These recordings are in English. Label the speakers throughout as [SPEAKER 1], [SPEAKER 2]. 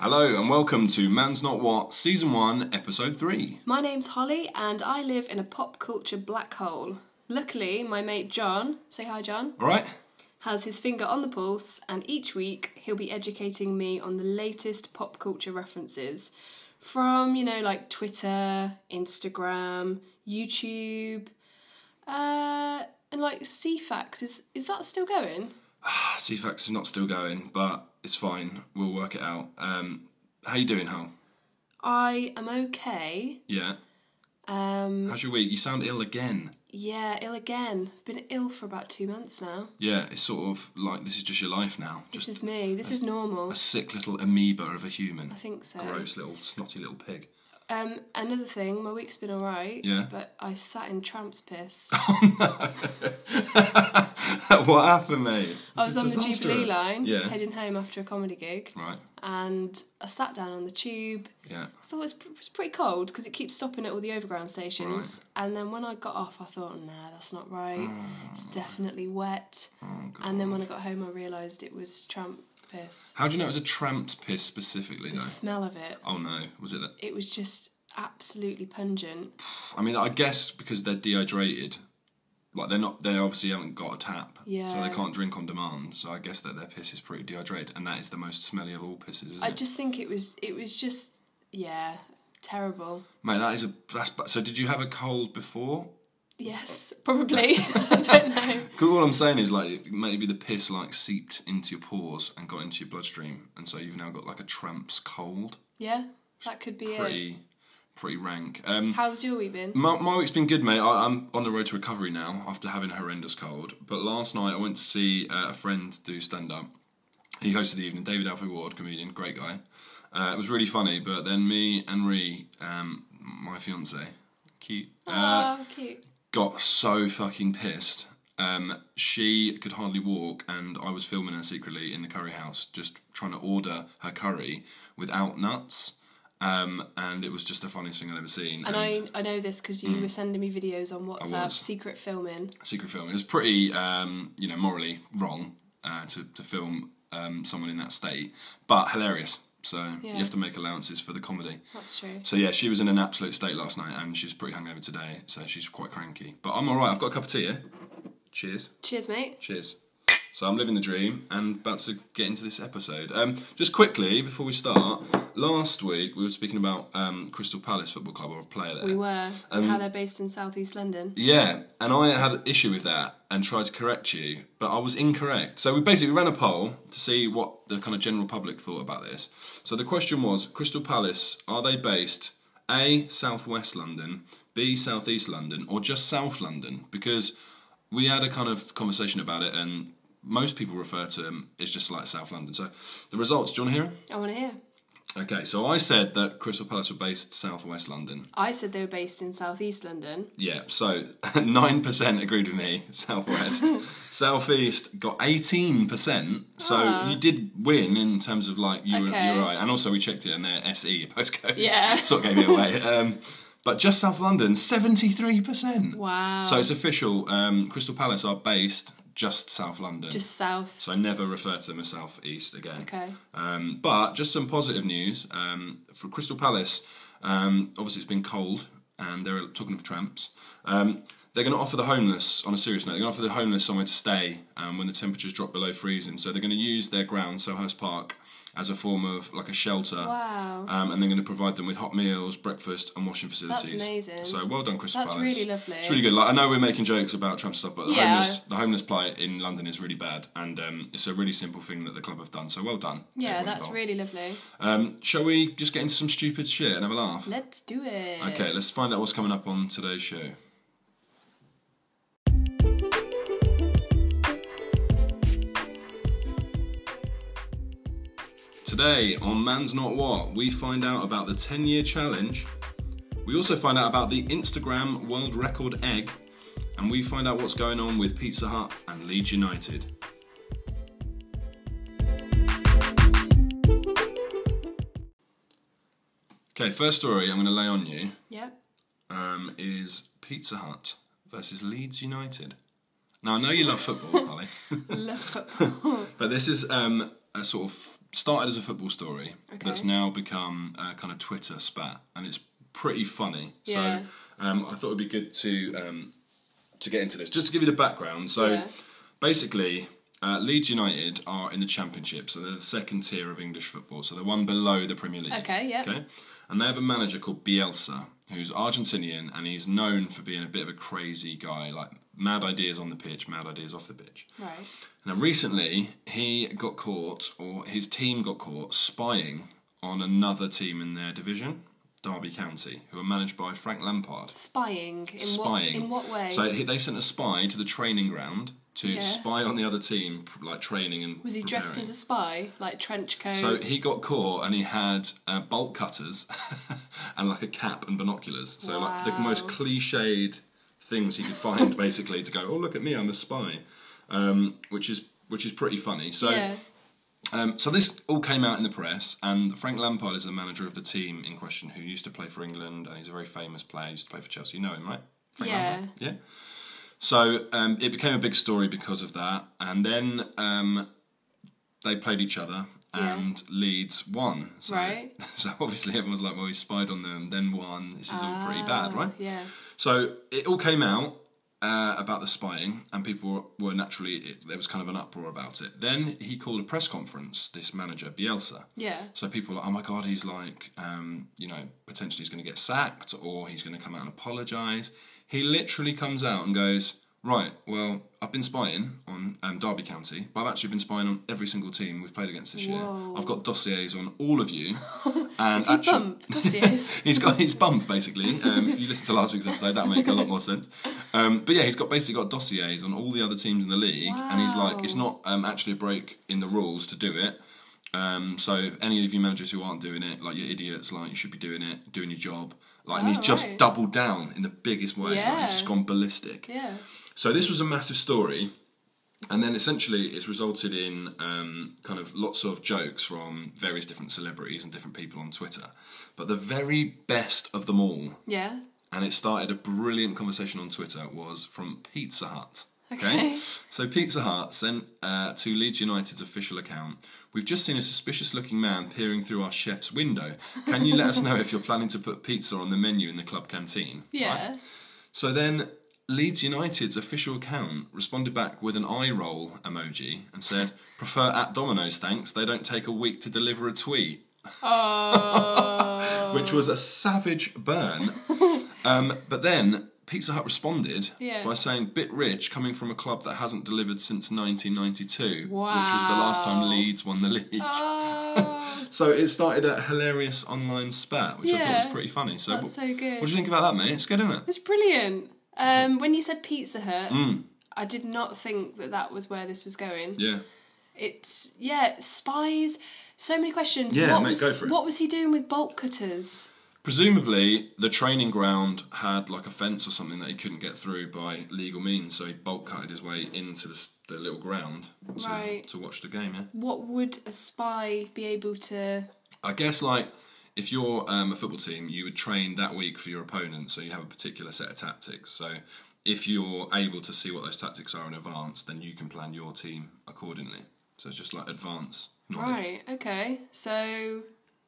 [SPEAKER 1] and welcome to Man's Not What, Season 1, Episode 3.
[SPEAKER 2] My name's Holly, and I live in a pop culture black hole. Luckily, my mate John, say hi John,
[SPEAKER 1] Alright?
[SPEAKER 2] has his finger on the pulse, and each week he'll be educating me on the latest pop culture references from, you know, like Twitter, Instagram, YouTube, uh, and like CFAX. Is, is that still going?
[SPEAKER 1] Ah, CFAX is not still going, but it's fine. We'll work it out. Um, how you doing, Hal?
[SPEAKER 2] I am okay.
[SPEAKER 1] Yeah.
[SPEAKER 2] Um,
[SPEAKER 1] How's your week? You sound ill again.
[SPEAKER 2] yeah, ill again. Been ill for about two months now.
[SPEAKER 1] Yeah, it's sort of like this is just your life now. Just
[SPEAKER 2] This is me. This is normal.
[SPEAKER 1] a sick little amoeba of a human.
[SPEAKER 2] I think so.
[SPEAKER 1] Gross little snotty little pig.
[SPEAKER 2] Um, another thing, my week's been alright.
[SPEAKER 1] Yeah. Oh,
[SPEAKER 2] But I sat in tramp's piss.
[SPEAKER 1] what happened, mate?
[SPEAKER 2] I was
[SPEAKER 1] This
[SPEAKER 2] Oh, on
[SPEAKER 1] is
[SPEAKER 2] the Jubilee
[SPEAKER 1] disastrous.
[SPEAKER 2] line,
[SPEAKER 1] Yeah.
[SPEAKER 2] heading home after a comedy gig,
[SPEAKER 1] Right.
[SPEAKER 2] and I sat down on the tube.
[SPEAKER 1] Yeah.
[SPEAKER 2] I thought it was, it was pretty cold because it keeps stopping at all the overground stations. And then when I got off, I thought, nah, that's not right.
[SPEAKER 1] Ah.
[SPEAKER 2] It's definitely wet.
[SPEAKER 1] Oh, God.
[SPEAKER 2] And then when I got home, I realised it was tramp piss.
[SPEAKER 1] How do you know it was a tramp's piss specifically,
[SPEAKER 2] The
[SPEAKER 1] though?
[SPEAKER 2] smell of it,
[SPEAKER 1] Oh no, was it that?
[SPEAKER 2] it was just absolutely pungent.
[SPEAKER 1] I mean, I guess because they're dehydrated, like they're not, they obviously haven't got a tap, so they
[SPEAKER 2] Yeah.
[SPEAKER 1] can't drink on demand. So I guess that their piss is pretty dehydrated, and that is the most smelly of all pisses, isn't
[SPEAKER 2] I
[SPEAKER 1] it?
[SPEAKER 2] just think it was, it was just, yeah, terrible.
[SPEAKER 1] Mate, that is a that's. ba- So did you have a cold before?
[SPEAKER 2] Yes, probably. I don't know.
[SPEAKER 1] 'Cause all I'm saying is like maybe the piss like seeped into your pores and got into your bloodstream, and so you've now got like a tramp's cold.
[SPEAKER 2] Yeah, that could be it.
[SPEAKER 1] Pretty, pretty rank. Um,
[SPEAKER 2] How's your week been?
[SPEAKER 1] My, my week's been good, mate. I, I'm on the road to recovery now after having a horrendous cold. But last night I went to see uh, a friend do stand up. He hosted the evening. David Alfie Ward, comedian, great guy. Uh, it was really funny. But then me and Ree, um, my fiance, cute, uh,
[SPEAKER 2] oh, cute.
[SPEAKER 1] got so fucking pissed. Um, she could hardly walk, and I was filming her secretly in the curry house, just trying to order her curry without nuts. Um, and it was just the funniest thing I'd ever seen.
[SPEAKER 2] And I, I know this because you were sending me videos on WhatsApp,
[SPEAKER 1] Mm. was.
[SPEAKER 2] secret filming.
[SPEAKER 1] secret film. It was pretty, um, you know, morally wrong uh, to to film um, someone in that state, but hilarious. So
[SPEAKER 2] Yeah.
[SPEAKER 1] you have to make allowances for the comedy.
[SPEAKER 2] That's true.
[SPEAKER 1] So yeah, she was in an absolute state last night, and she's pretty hungover today, so she's quite cranky. But I'm all right. I've got a cup of tea. Here. Cheers.
[SPEAKER 2] Cheers, mate.
[SPEAKER 1] Cheers. So I'm living the dream and about to get into this episode. Um, just quickly before we start, last week we were speaking about um, Crystal Palace Football Club or a player there.
[SPEAKER 2] We were. and
[SPEAKER 1] Um,
[SPEAKER 2] how they're based in southeast London.
[SPEAKER 1] Yeah, and I had an issue with that and tried to correct you, but I was incorrect. So we basically ran a poll to see what the kind of general public thought about this. So the question was Crystal Palace, are they based A, southwest London, B, southeast London, or just south London? Because we had a kind of conversation about it and most people refer to them as just like South London. So the results, do you want to hear 'em?
[SPEAKER 2] I want to hear.
[SPEAKER 1] Okay, so I said that Crystal Palace were based southwest London.
[SPEAKER 2] I said they were based in southeast London.
[SPEAKER 1] Yeah, so 9% agreed with me, Southwest. Southeast got 18%, so
[SPEAKER 2] Ah.
[SPEAKER 1] you did win in terms of like, you, were, you
[SPEAKER 2] Okay.
[SPEAKER 1] were right. And also, we checked it and their SE postcode.
[SPEAKER 2] Yeah.
[SPEAKER 1] sort of gave it away. Um, but just South London, 73%.
[SPEAKER 2] Wow.
[SPEAKER 1] So it's official. Um, Crystal Palace are based just South London.
[SPEAKER 2] Just south.
[SPEAKER 1] so I never refer to them as South East again.
[SPEAKER 2] okay.
[SPEAKER 1] Um, but just some positive news um, for Crystal Palace. Um, obviously, it's been cold, and they're talking of tramps. Um, they're going to offer the homeless, on a serious note, they're going to offer the homeless somewhere to stay um, when the temperatures drop below freezing. So they're going to use their ground, Sohurst Park, as a form of like a shelter.
[SPEAKER 2] Wow.
[SPEAKER 1] Um, and they're going to provide them with hot meals, breakfast, and washing facilities.
[SPEAKER 2] amazing.
[SPEAKER 1] So well done, Crystal
[SPEAKER 2] That's
[SPEAKER 1] Palace.
[SPEAKER 2] really lovely.
[SPEAKER 1] It's really good. Like I know we're making jokes about tramp stuff, but the
[SPEAKER 2] Yeah.
[SPEAKER 1] homeless, the homeless plight in London is really bad, and um, it's a really simple thing that the club have done. So well done.
[SPEAKER 2] yeah,
[SPEAKER 1] everyone
[SPEAKER 2] that's
[SPEAKER 1] involved.
[SPEAKER 2] really lovely.
[SPEAKER 1] Um, shall we just get into some stupid shit and have a laugh?
[SPEAKER 2] Let's do it.
[SPEAKER 1] Okay, let's find out what's coming up on today's show. Today on Man's Not What, we find out about the 10 year challenge. We also find out about the Instagram world record egg. And we find out what's going on with Pizza Hut and Leeds United. Okay, first story I'm going to lay on you
[SPEAKER 2] Yep.
[SPEAKER 1] um, is Pizza Hut versus Leeds United. Now I know you love football, Holly,
[SPEAKER 2] Love.
[SPEAKER 1] but this is um, a sort of started as a football story
[SPEAKER 2] Okay.
[SPEAKER 1] that's now become a kind of Twitter spat, and it's pretty funny.
[SPEAKER 2] Yeah.
[SPEAKER 1] So um, I thought it'd be good to um, to get into this, just to give you the background. So
[SPEAKER 2] Yeah.
[SPEAKER 1] basically. Uh, Leeds United are in the Championship, so they're the second tier of English football, so they're one below the Premier League.
[SPEAKER 2] Okay, yeah.
[SPEAKER 1] Okay. And they have a manager called Bielsa, who's Argentinian, and he's known for being a bit of a crazy guy, like mad ideas on the pitch, mad ideas off the pitch.
[SPEAKER 2] Right.
[SPEAKER 1] Now, recently, he got caught, or his team got caught, spying on another team in their division, Derby County, who are managed by Frank Lampard.
[SPEAKER 2] Spying. In
[SPEAKER 1] Spying.
[SPEAKER 2] What, in what way?
[SPEAKER 1] So he- they sent a spy to the training ground to
[SPEAKER 2] Yeah.
[SPEAKER 1] spy on the other team, pr- like training and.
[SPEAKER 2] was he dressed
[SPEAKER 1] preparing.
[SPEAKER 2] as a spy, like trench coat?
[SPEAKER 1] So he got caught and he had uh, bolt cutters and like a cap and binoculars. So like the
[SPEAKER 2] Wow.
[SPEAKER 1] most cliched things he could find basically to go, oh look at me, I'm a spy, um, which is which is pretty funny. So
[SPEAKER 2] yeah.
[SPEAKER 1] um, so this all came out in the press, and Frank Lampard is the manager of the team in question, who used to play for England, and he's a very famous player. He used to play for Chelsea. You know him, right? Frank
[SPEAKER 2] Yeah.
[SPEAKER 1] Lampard. Yeah. So um, it became a big story because of that, and then um, they played each other,
[SPEAKER 2] Yeah.
[SPEAKER 1] and Leeds won. So,
[SPEAKER 2] Right.
[SPEAKER 1] So obviously everyone was like, "Well, he spied on them, then won. This is all pretty bad,
[SPEAKER 2] Ah,
[SPEAKER 1] right?"
[SPEAKER 2] Yeah.
[SPEAKER 1] So it all came out uh, about the spying, and people were naturally it, there was kind of an uproar about it. Then he called a press conference. This manager Bielsa.
[SPEAKER 2] Yeah.
[SPEAKER 1] So people were like, oh my god, he's like, um, you know, potentially he's going to get sacked or he's going to come out and apologise. He literally comes out and goes, right, well, I've been spying on um, Derby County, but I've actually been spying on every single team we've played against this
[SPEAKER 2] Whoa.
[SPEAKER 1] year. I've got dossiers on all of you. And
[SPEAKER 2] Is he
[SPEAKER 1] actually-
[SPEAKER 2] bump? Of course he is.
[SPEAKER 1] he's got his bump basically. Um, if you listen to last week's episode, that make a lot more sense. Um, but yeah, he's got basically got dossiers on all the other teams in the league, and he's like, it's not um, actually a break in the rules to do it. Um, so if any of you managers who aren't doing it, like you're idiots, like you should be doing it, doing your job. Like, and he's
[SPEAKER 2] Oh,
[SPEAKER 1] just
[SPEAKER 2] right.
[SPEAKER 1] doubled down in the biggest way. Like,
[SPEAKER 2] Yeah.
[SPEAKER 1] he's just gone ballistic.
[SPEAKER 2] Yeah.
[SPEAKER 1] So this was a massive story, and then essentially it's resulted in um, kind of lots of jokes from various different celebrities and different people on Twitter. But the very best of them all,
[SPEAKER 2] Yeah.
[SPEAKER 1] and it started a brilliant conversation on Twitter, was from Pizza Hut.
[SPEAKER 2] Okay.
[SPEAKER 1] So Pizza Hut sent uh, to Leeds United's official account. We've just seen a suspicious-looking man peering through our chef's window. Can you let us know if you're planning to put pizza on the menu in the club canteen? Right?
[SPEAKER 2] Yeah.
[SPEAKER 1] So then Leeds United's official account responded back with an eye roll emoji and said, prefer at Domino's thanks, they don't take a week to deliver a tweet.
[SPEAKER 2] Oh.
[SPEAKER 1] Which was a savage burn. um, but then Pizza Hut responded
[SPEAKER 2] Yeah.
[SPEAKER 1] by saying, bit rich coming from a club that hasn't delivered since 1992, which was the last time
[SPEAKER 2] Wow.
[SPEAKER 1] Leeds won the league.
[SPEAKER 2] Oh,
[SPEAKER 1] So it started a hilarious online spat, which I thought was
[SPEAKER 2] Yeah.
[SPEAKER 1] pretty funny. So,
[SPEAKER 2] that's
[SPEAKER 1] what,
[SPEAKER 2] so good.
[SPEAKER 1] what do you think about that, mate? It's good, isn't it?
[SPEAKER 2] It's brilliant. Um, when you said Pizza Hut,
[SPEAKER 1] Mm.
[SPEAKER 2] I did not think that that was where this was going.
[SPEAKER 1] Yeah.
[SPEAKER 2] It's yeah, spies. So many questions.
[SPEAKER 1] Yeah,
[SPEAKER 2] what
[SPEAKER 1] mate,
[SPEAKER 2] was,
[SPEAKER 1] go for it.
[SPEAKER 2] What was he doing with bolt cutters?
[SPEAKER 1] Presumably, the training ground had like a fence or something that he couldn't get through by legal means, so he bolt cutted his way into the, s- the little ground to,
[SPEAKER 2] Right.
[SPEAKER 1] to watch the game. Yeah,
[SPEAKER 2] What would a spy be able to?
[SPEAKER 1] I guess like if you're um, a football team, you would train that week for your opponent, so you have a particular set of tactics. So if you're able to see what those tactics are in advance, then you can plan your team accordingly. So it's just like advance knowledge.
[SPEAKER 2] Right. Okay. So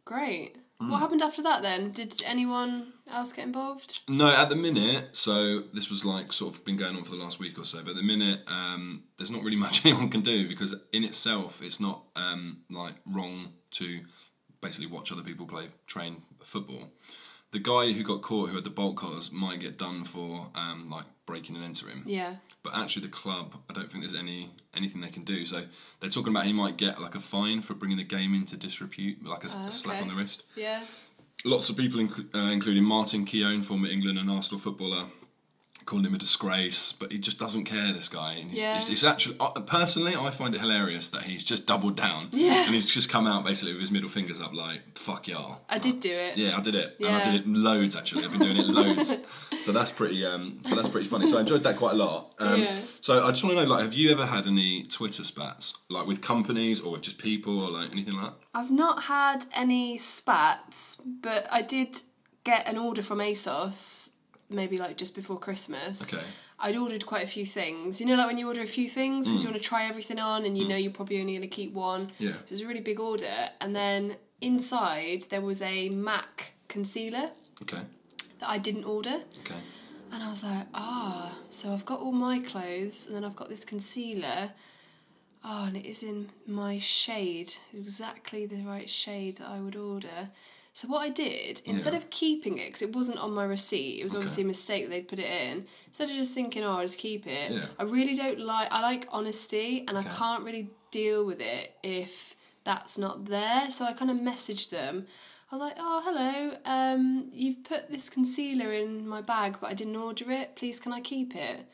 [SPEAKER 2] great.
[SPEAKER 1] Hmm.
[SPEAKER 2] What happened after that then? Did anyone else get involved?
[SPEAKER 1] No, at the minute, so this was like sort of been going on for the last week or so, but at the minute, um, there's not really much anyone can do because in itself, it's not um, like wrong to basically watch other people play train football. The guy who got caught, who had the bolt cutters, might get done for um, like breaking and entering.
[SPEAKER 2] Yeah.
[SPEAKER 1] But actually, the club, I don't think there's any anything they can do. So they're talking about he might get like a fine for bringing the game into disrepute, like a,
[SPEAKER 2] Ah,
[SPEAKER 1] a slap
[SPEAKER 2] okay.
[SPEAKER 1] on the wrist
[SPEAKER 2] Yeah.
[SPEAKER 1] lots of people, inc- uh, including Martin Keown, former England and Arsenal footballer, called him a disgrace. But he just doesn't care. This guy, and he's,
[SPEAKER 2] Yeah.
[SPEAKER 1] he's, he's actually uh, personally, I find it hilarious that he's just doubled down.
[SPEAKER 2] Yeah.
[SPEAKER 1] and he's just come out basically with his middle fingers up, like "fuck y'all."
[SPEAKER 2] I did do it.
[SPEAKER 1] Yeah, I did it, and I
[SPEAKER 2] Yeah.
[SPEAKER 1] did it loads actually. I've been doing it loads, so that's pretty. Um, so that's pretty funny. So I enjoyed that quite a lot. Um,
[SPEAKER 2] Yeah.
[SPEAKER 1] So I just want to know, like, have you ever had any Twitter spats, like with companies or with just people or like anything like that?
[SPEAKER 2] I've not had any spats, but I did get an order from ASOS maybe like just before Christmas.
[SPEAKER 1] Okay.
[SPEAKER 2] I'd ordered quite a few things. You know, like when you order a few things because you want to try everything on, and you know you're probably only going to keep one.
[SPEAKER 1] Hmm. Yeah.
[SPEAKER 2] So it was a really big order, and then inside there was a MAC concealer
[SPEAKER 1] Okay.
[SPEAKER 2] that I didn't order.
[SPEAKER 1] Okay.
[SPEAKER 2] And I was like, ah, so I've got all my clothes, and then I've got this concealer. Oh, and it is in my shade, exactly the right shade that I would order. So what I did, instead
[SPEAKER 1] Yeah.
[SPEAKER 2] of keeping it, because it wasn't on my receipt, it was obviously a mistake that they'd put it in. Instead of just thinking, oh, I'll just keep it.
[SPEAKER 1] Yeah.
[SPEAKER 2] I really don't like. I like honesty, and
[SPEAKER 1] Okay.
[SPEAKER 2] I can't really deal with it if that's not there. So I kind of messaged them I was like, oh, hello, um, you've put this concealer in my bag, but I didn't order it. Please, can I keep it?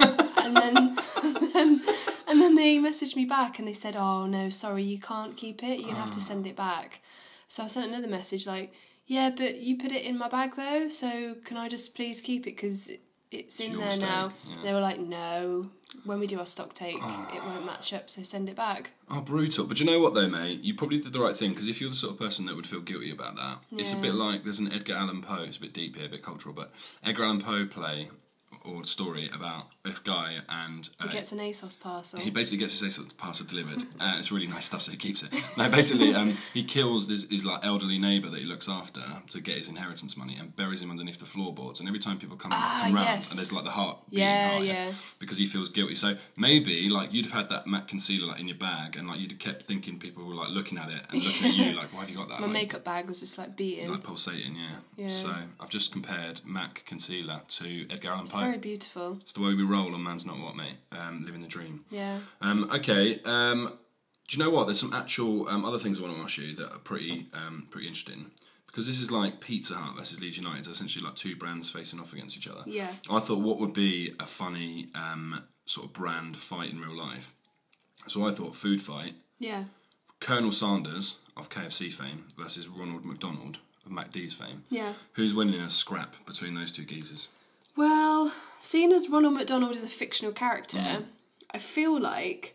[SPEAKER 2] and, then, and then and then they messaged me back and they said, oh, no, sorry, you can't keep it. You have
[SPEAKER 1] Ah.
[SPEAKER 2] to send it back. So I sent another message like, yeah, but you put it in my bag though, so can I just please keep it because it's in
[SPEAKER 1] your
[SPEAKER 2] there
[SPEAKER 1] mistake,
[SPEAKER 2] now?
[SPEAKER 1] yeah. Ah.
[SPEAKER 2] They were like, no, when we do our stock take, it won't match up, so send it back.
[SPEAKER 1] Oh, brutal. But you know what, though, mate? You probably did the right thing because if you're the sort of person that would feel guilty about that, it's a
[SPEAKER 2] Yeah.
[SPEAKER 1] bit like there's an Edgar Allan Poe, it's a bit deep here, a bit cultural, but Edgar Allan Poe play or story about this guy and uh,
[SPEAKER 2] He gets an ASOS parcel.
[SPEAKER 1] he basically gets his sort of parcel delivered. Uh, it's really nice stuff, so he keeps it. No, basically, um, he kills this, his like elderly neighbour that he looks after to get his inheritance money and buries him underneath the floorboards. And every time people come,
[SPEAKER 2] Ah,
[SPEAKER 1] come round,
[SPEAKER 2] yes.
[SPEAKER 1] and there's like the heart beating
[SPEAKER 2] Yeah,
[SPEAKER 1] higher
[SPEAKER 2] yeah.
[SPEAKER 1] because he feels guilty. So maybe like you'd have had that matte concealer like in your bag, and like you'd have kept thinking people were like looking at it and looking at you like, why have you got that?
[SPEAKER 2] My
[SPEAKER 1] Like,
[SPEAKER 2] makeup bag was just like beaten.
[SPEAKER 1] like pulsating, yeah.
[SPEAKER 2] Yeah.
[SPEAKER 1] So I've just compared MAC concealer to Edgar Allan
[SPEAKER 2] It's
[SPEAKER 1] Poe.
[SPEAKER 2] very beautiful.
[SPEAKER 1] It's the way we roll on Man's Not What, mate. Um, living the dream.
[SPEAKER 2] Yeah.
[SPEAKER 1] Um, okay. Um, do you know what? There's some actual um, other things I want to ask you that are pretty um, pretty interesting because this is like Pizza Hut versus Leeds United. It's essentially like two brands facing off against each other.
[SPEAKER 2] Yeah.
[SPEAKER 1] I thought what would be a funny um, sort of brand fight in real life. So I thought food fight:
[SPEAKER 2] Yeah.
[SPEAKER 1] Colonel Sanders of KFC fame versus Ronald McDonald of MacD's fame.
[SPEAKER 2] Yeah.
[SPEAKER 1] Who's winning a scrap between those two geezers?
[SPEAKER 2] Well, seeing as Ronald McDonald is a fictional character,
[SPEAKER 1] Mm.
[SPEAKER 2] I feel like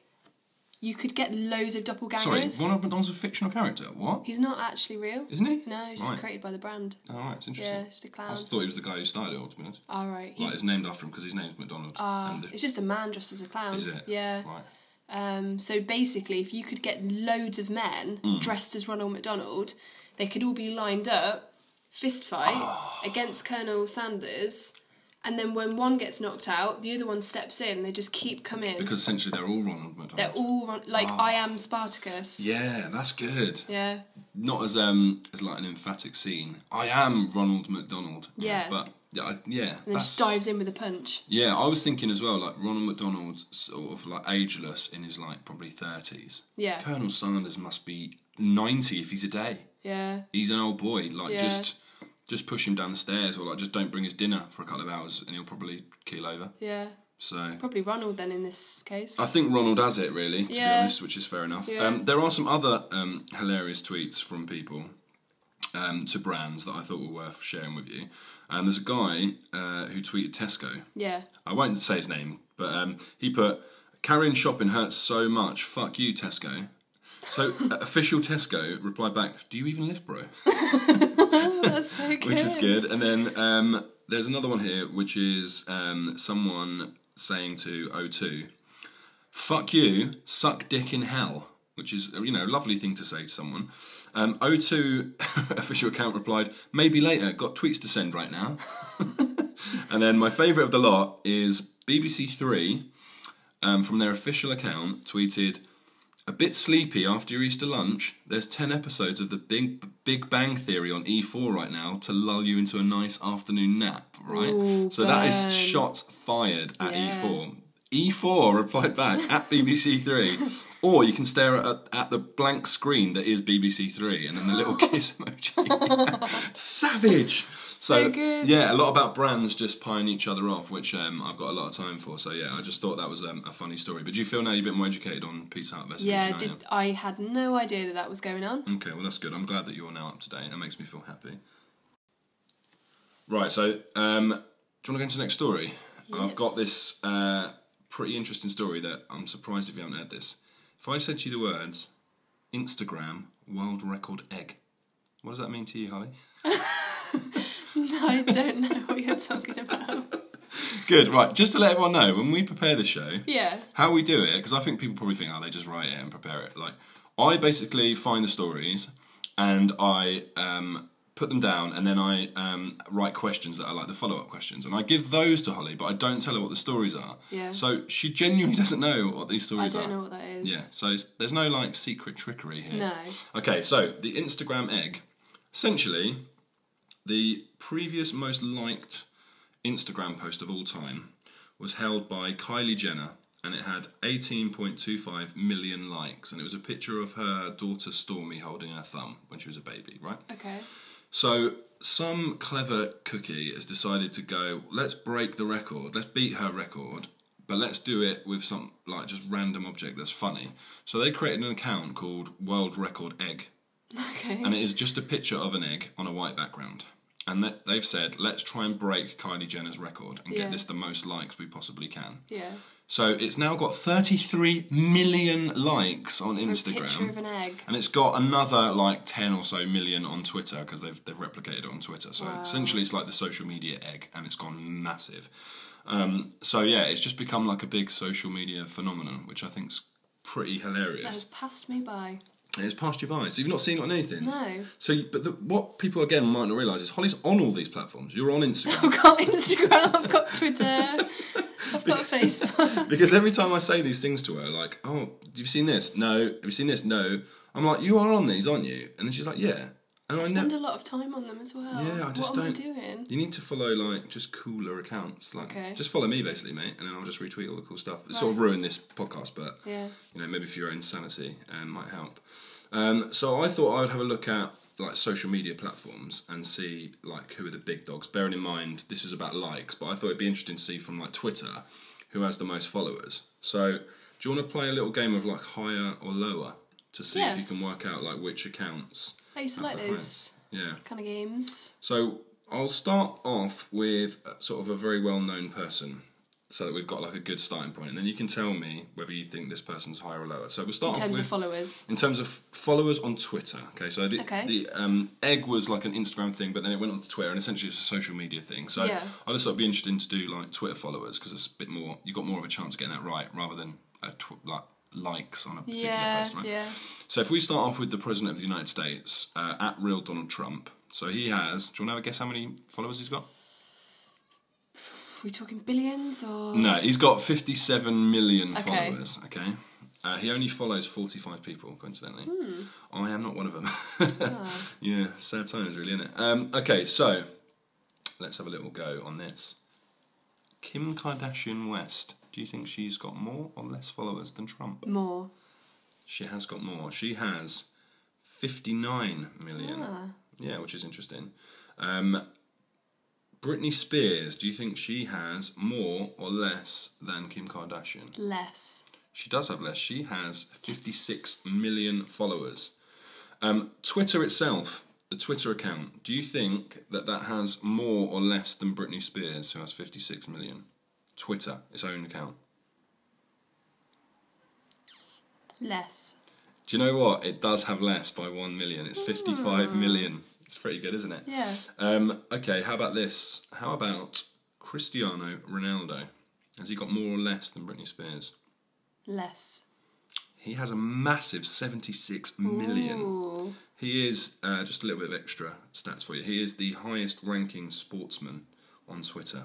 [SPEAKER 2] you could get loads of doppelgangers.
[SPEAKER 1] Sorry, Ronald McDonald's a fictional character. What?
[SPEAKER 2] He's not actually real.
[SPEAKER 1] Isn't he?
[SPEAKER 2] No, he's
[SPEAKER 1] Right.
[SPEAKER 2] created by the brand.
[SPEAKER 1] All right, it's interesting.
[SPEAKER 2] Yeah, it's just a
[SPEAKER 1] I
[SPEAKER 2] clown.
[SPEAKER 1] thought he was the guy who started it, all, to be honest.
[SPEAKER 2] All right.
[SPEAKER 1] Like,
[SPEAKER 2] He's,
[SPEAKER 1] it's named after him because his name's McDonald.
[SPEAKER 2] ah,
[SPEAKER 1] and the,
[SPEAKER 2] it's just a man dressed as a clown.
[SPEAKER 1] is it?
[SPEAKER 2] Yeah.
[SPEAKER 1] Right.
[SPEAKER 2] Um, so basically, if you could get loads of men
[SPEAKER 1] Mm.
[SPEAKER 2] dressed as Ronald McDonald, they could all be lined up, fist fight
[SPEAKER 1] Ah.
[SPEAKER 2] against Colonel Sanders, and then when one gets knocked out, the other one steps in. They just keep coming.
[SPEAKER 1] Because essentially they're all Ronald McDonald.
[SPEAKER 2] They're all Ron- like I am Spartacus.
[SPEAKER 1] yeah, that's good.
[SPEAKER 2] Yeah.
[SPEAKER 1] Not as um as like an emphatic scene. I am Ronald McDonald.
[SPEAKER 2] Yeah.
[SPEAKER 1] But yeah, I, yeah,
[SPEAKER 2] And then
[SPEAKER 1] that's
[SPEAKER 2] just dives in with a punch.
[SPEAKER 1] yeah. I was thinking as well, like Ronald McDonald's sort of like ageless in his like probably thirties.
[SPEAKER 2] Yeah.
[SPEAKER 1] Colonel Sanders must be ninety if he's a day.
[SPEAKER 2] Yeah.
[SPEAKER 1] He's an old boy. Like
[SPEAKER 2] Yeah.
[SPEAKER 1] just just push him down the stairs or like just don't bring his dinner for a couple of hours and he'll probably keel over.
[SPEAKER 2] Yeah.
[SPEAKER 1] So
[SPEAKER 2] Probably Ronald then in this case.
[SPEAKER 1] I think Ronald has it really, to be
[SPEAKER 2] Yeah.
[SPEAKER 1] honest, which is fair enough.
[SPEAKER 2] Yeah.
[SPEAKER 1] Um, there are some other um, hilarious tweets from people um, to brands that I thought were worth sharing with you. And there's a guy uh, who tweeted Tesco.
[SPEAKER 2] yeah.
[SPEAKER 1] I won't say his name, but um, he put carrying shopping hurts so much. Fuck you, Tesco. So uh, official Tesco replied back, "Do you even lift, bro?"
[SPEAKER 2] That's so good.
[SPEAKER 1] which is good. And then um, there's another one here, which is um, someone saying to O2, "Fuck you, suck dick in hell," which is you know a lovely thing to say to someone. Um, O2 official account replied, "Maybe later. Got tweets to send right now." and then my favourite of the lot is BBC Three. Um, from their official account, tweeted, "A bit sleepy after your Easter lunch. There's ten episodes of the Big Big Bang Theory on E4 right now to lull you into a nice afternoon nap, right?
[SPEAKER 2] Ooh,
[SPEAKER 1] so that is
[SPEAKER 2] burn.
[SPEAKER 1] shots fired at E
[SPEAKER 2] Yeah.
[SPEAKER 1] E4. E4 replied back at BBC Three, or you can stare at, at the blank screen that is BBC Three, and then the little kiss emoji. Savage. So,
[SPEAKER 2] good.
[SPEAKER 1] yeah, a lot about brands just pieing each other off, which um, I've got a lot of time for. So yeah, I just thought that was um, a funny story. But do you feel now you're a bit more educated on Pizza Hut versus
[SPEAKER 2] Yeah,
[SPEAKER 1] Leeds
[SPEAKER 2] did,
[SPEAKER 1] United?
[SPEAKER 2] I had no idea that that was going on.
[SPEAKER 1] Okay, well that's good. I'm glad that you're now up to date. That makes me feel happy. Right, so um, do you want to go into the next story? I've got
[SPEAKER 2] Yes.
[SPEAKER 1] this uh, pretty interesting story that I'm surprised if you haven't heard this. If I said to you the words Instagram world record egg, what does that mean to you, Holly?
[SPEAKER 2] I don't know what you're talking about.
[SPEAKER 1] Good, right. Just to let everyone know, when we prepare the show,
[SPEAKER 2] Yeah.
[SPEAKER 1] how we do it, because I think people probably think, oh, they just write it and prepare it. Like, I basically find the stories and I um, put them down and then I um, write questions that are like the follow up questions. And I give those to Holly, but I don't tell her what the stories are.
[SPEAKER 2] Yeah.
[SPEAKER 1] So she genuinely doesn't know what these
[SPEAKER 2] I
[SPEAKER 1] stories
[SPEAKER 2] don't
[SPEAKER 1] are.
[SPEAKER 2] know what that is.
[SPEAKER 1] Yeah, so it's, there's no like secret trickery here.
[SPEAKER 2] No.
[SPEAKER 1] Okay, so the Instagram egg. Essentially, the previous most liked Instagram post of all time was held by Kylie Jenner and it had 18.25 million likes and it was a picture of her daughter Stormy holding her thumb when she was a baby, right?
[SPEAKER 2] Okay.
[SPEAKER 1] So some clever cookie has decided to go, let's break the record, let's beat her record, but let's do it with some like just random object that's funny. So they created an account called World Record Egg
[SPEAKER 2] Okay.
[SPEAKER 1] and it is just a picture of an egg on a white background. And that they've said, let's try and break Kylie Jenner's record and
[SPEAKER 2] Yeah.
[SPEAKER 1] get this the most likes we possibly can.
[SPEAKER 2] yeah.
[SPEAKER 1] So it's now got 33 million likes on
[SPEAKER 2] A picture
[SPEAKER 1] Instagram.
[SPEAKER 2] of an egg.
[SPEAKER 1] and it's got another like 10 or so million on Twitter because they've, they've replicated it on Twitter. So
[SPEAKER 2] Wow.
[SPEAKER 1] essentially, it's like the social media egg and it's gone massive. Um, so yeah, it's just become like a big social media phenomenon, which I think's pretty
[SPEAKER 2] That has
[SPEAKER 1] hilarious.
[SPEAKER 2] passed me by.
[SPEAKER 1] It's passed you by. So you've not seen it on anything?
[SPEAKER 2] No.
[SPEAKER 1] So, you- but the, what people again might not realise is Holly's on all these platforms. You're on Instagram.
[SPEAKER 2] I've got Instagram, I've got Twitter, I've got Facebook.
[SPEAKER 1] Because every time I say these things to her, like, oh, have you seen this? No. Have you seen this? No. I'm like, you are on these, aren't you? And then she's like, yeah. And I,
[SPEAKER 2] I
[SPEAKER 1] know.
[SPEAKER 2] spend a lot of time on them as well.
[SPEAKER 1] Yeah, I just
[SPEAKER 2] what am I
[SPEAKER 1] don't-
[SPEAKER 2] doing?
[SPEAKER 1] You need to follow, like, just cooler accounts. Like,
[SPEAKER 2] Okay.
[SPEAKER 1] just follow me, basically, mate. And then I'll just retweet all the cool stuff. It's sort of ruined this podcast, but,
[SPEAKER 2] Yeah.
[SPEAKER 1] you know, maybe for your own sanity um, might help. Um, so I thought I would have a look at, like, social media platforms and see, like, who are the big dogs. Bearing in mind, this is about likes, but I thought it'd be interesting to see from, like, Twitter who has the most followers. So, do you want to play a little game of like higher or lower to see if you
[SPEAKER 2] Yes.
[SPEAKER 1] can work out like which accounts?
[SPEAKER 2] I used to
[SPEAKER 1] have
[SPEAKER 2] like
[SPEAKER 1] the
[SPEAKER 2] those
[SPEAKER 1] highest? Yeah.
[SPEAKER 2] kind of games.
[SPEAKER 1] So I'll start off with uh, sort of a very well-known person, so that we've got like a good starting point, and then you can tell me whether you think this person's higher or lower. So we'll
[SPEAKER 2] In
[SPEAKER 1] start off
[SPEAKER 2] terms
[SPEAKER 1] with.
[SPEAKER 2] of followers.
[SPEAKER 1] in terms of followers on Twitter, okay, so the,
[SPEAKER 2] Okay.
[SPEAKER 1] the um, egg was like an Instagram thing, but then it went on to Twitter, and essentially it's a social media thing. So
[SPEAKER 2] Yeah.
[SPEAKER 1] I just thought it'd be interesting to do like Twitter followers because it's a bit more you have got more of a chance of getting that right rather than a tw- like likes on a particular
[SPEAKER 2] Yeah,
[SPEAKER 1] post, right?
[SPEAKER 2] yeah.
[SPEAKER 1] So if we start off with the president of the United States, uh, at real Donald Trump. So he has. Do you want to have a guess how many followers he's got?
[SPEAKER 2] Are we talking billions or?
[SPEAKER 1] No, he's got fifty-seven million
[SPEAKER 2] Okay.
[SPEAKER 1] followers. Okay. Uh, he only follows 45 people, coincidentally.
[SPEAKER 2] Hmm.
[SPEAKER 1] I am not one of them.
[SPEAKER 2] Ah.
[SPEAKER 1] Yeah, sad times, really, isn't it? Um, okay, so let's have a little go on this. Kim Kardashian West. Do you think she's got more or less followers than Trump?
[SPEAKER 2] More.
[SPEAKER 1] She has got more. She has 59 million.
[SPEAKER 2] Ah.
[SPEAKER 1] Yeah, which is interesting. Um, Britney Spears, do you think she has more or less than Kim Kardashian?
[SPEAKER 2] Less.
[SPEAKER 1] She does have less. She has 56 million followers. Um, Twitter itself, the Twitter account, do you think that that has more or less than Britney Spears, who has 56 million? Twitter, its own account.
[SPEAKER 2] Less.
[SPEAKER 1] Do you know what? It does have less by 1 million. It's 55 million. It's pretty good, isn't it?
[SPEAKER 2] Yeah.
[SPEAKER 1] Um, okay, how about this? How about Cristiano Ronaldo? Has he got more or less than Britney Spears?
[SPEAKER 2] Less.
[SPEAKER 1] He has a massive 76 million.
[SPEAKER 2] Ooh.
[SPEAKER 1] He is, uh, just a little bit of extra stats for you, he is the highest ranking sportsman on Twitter.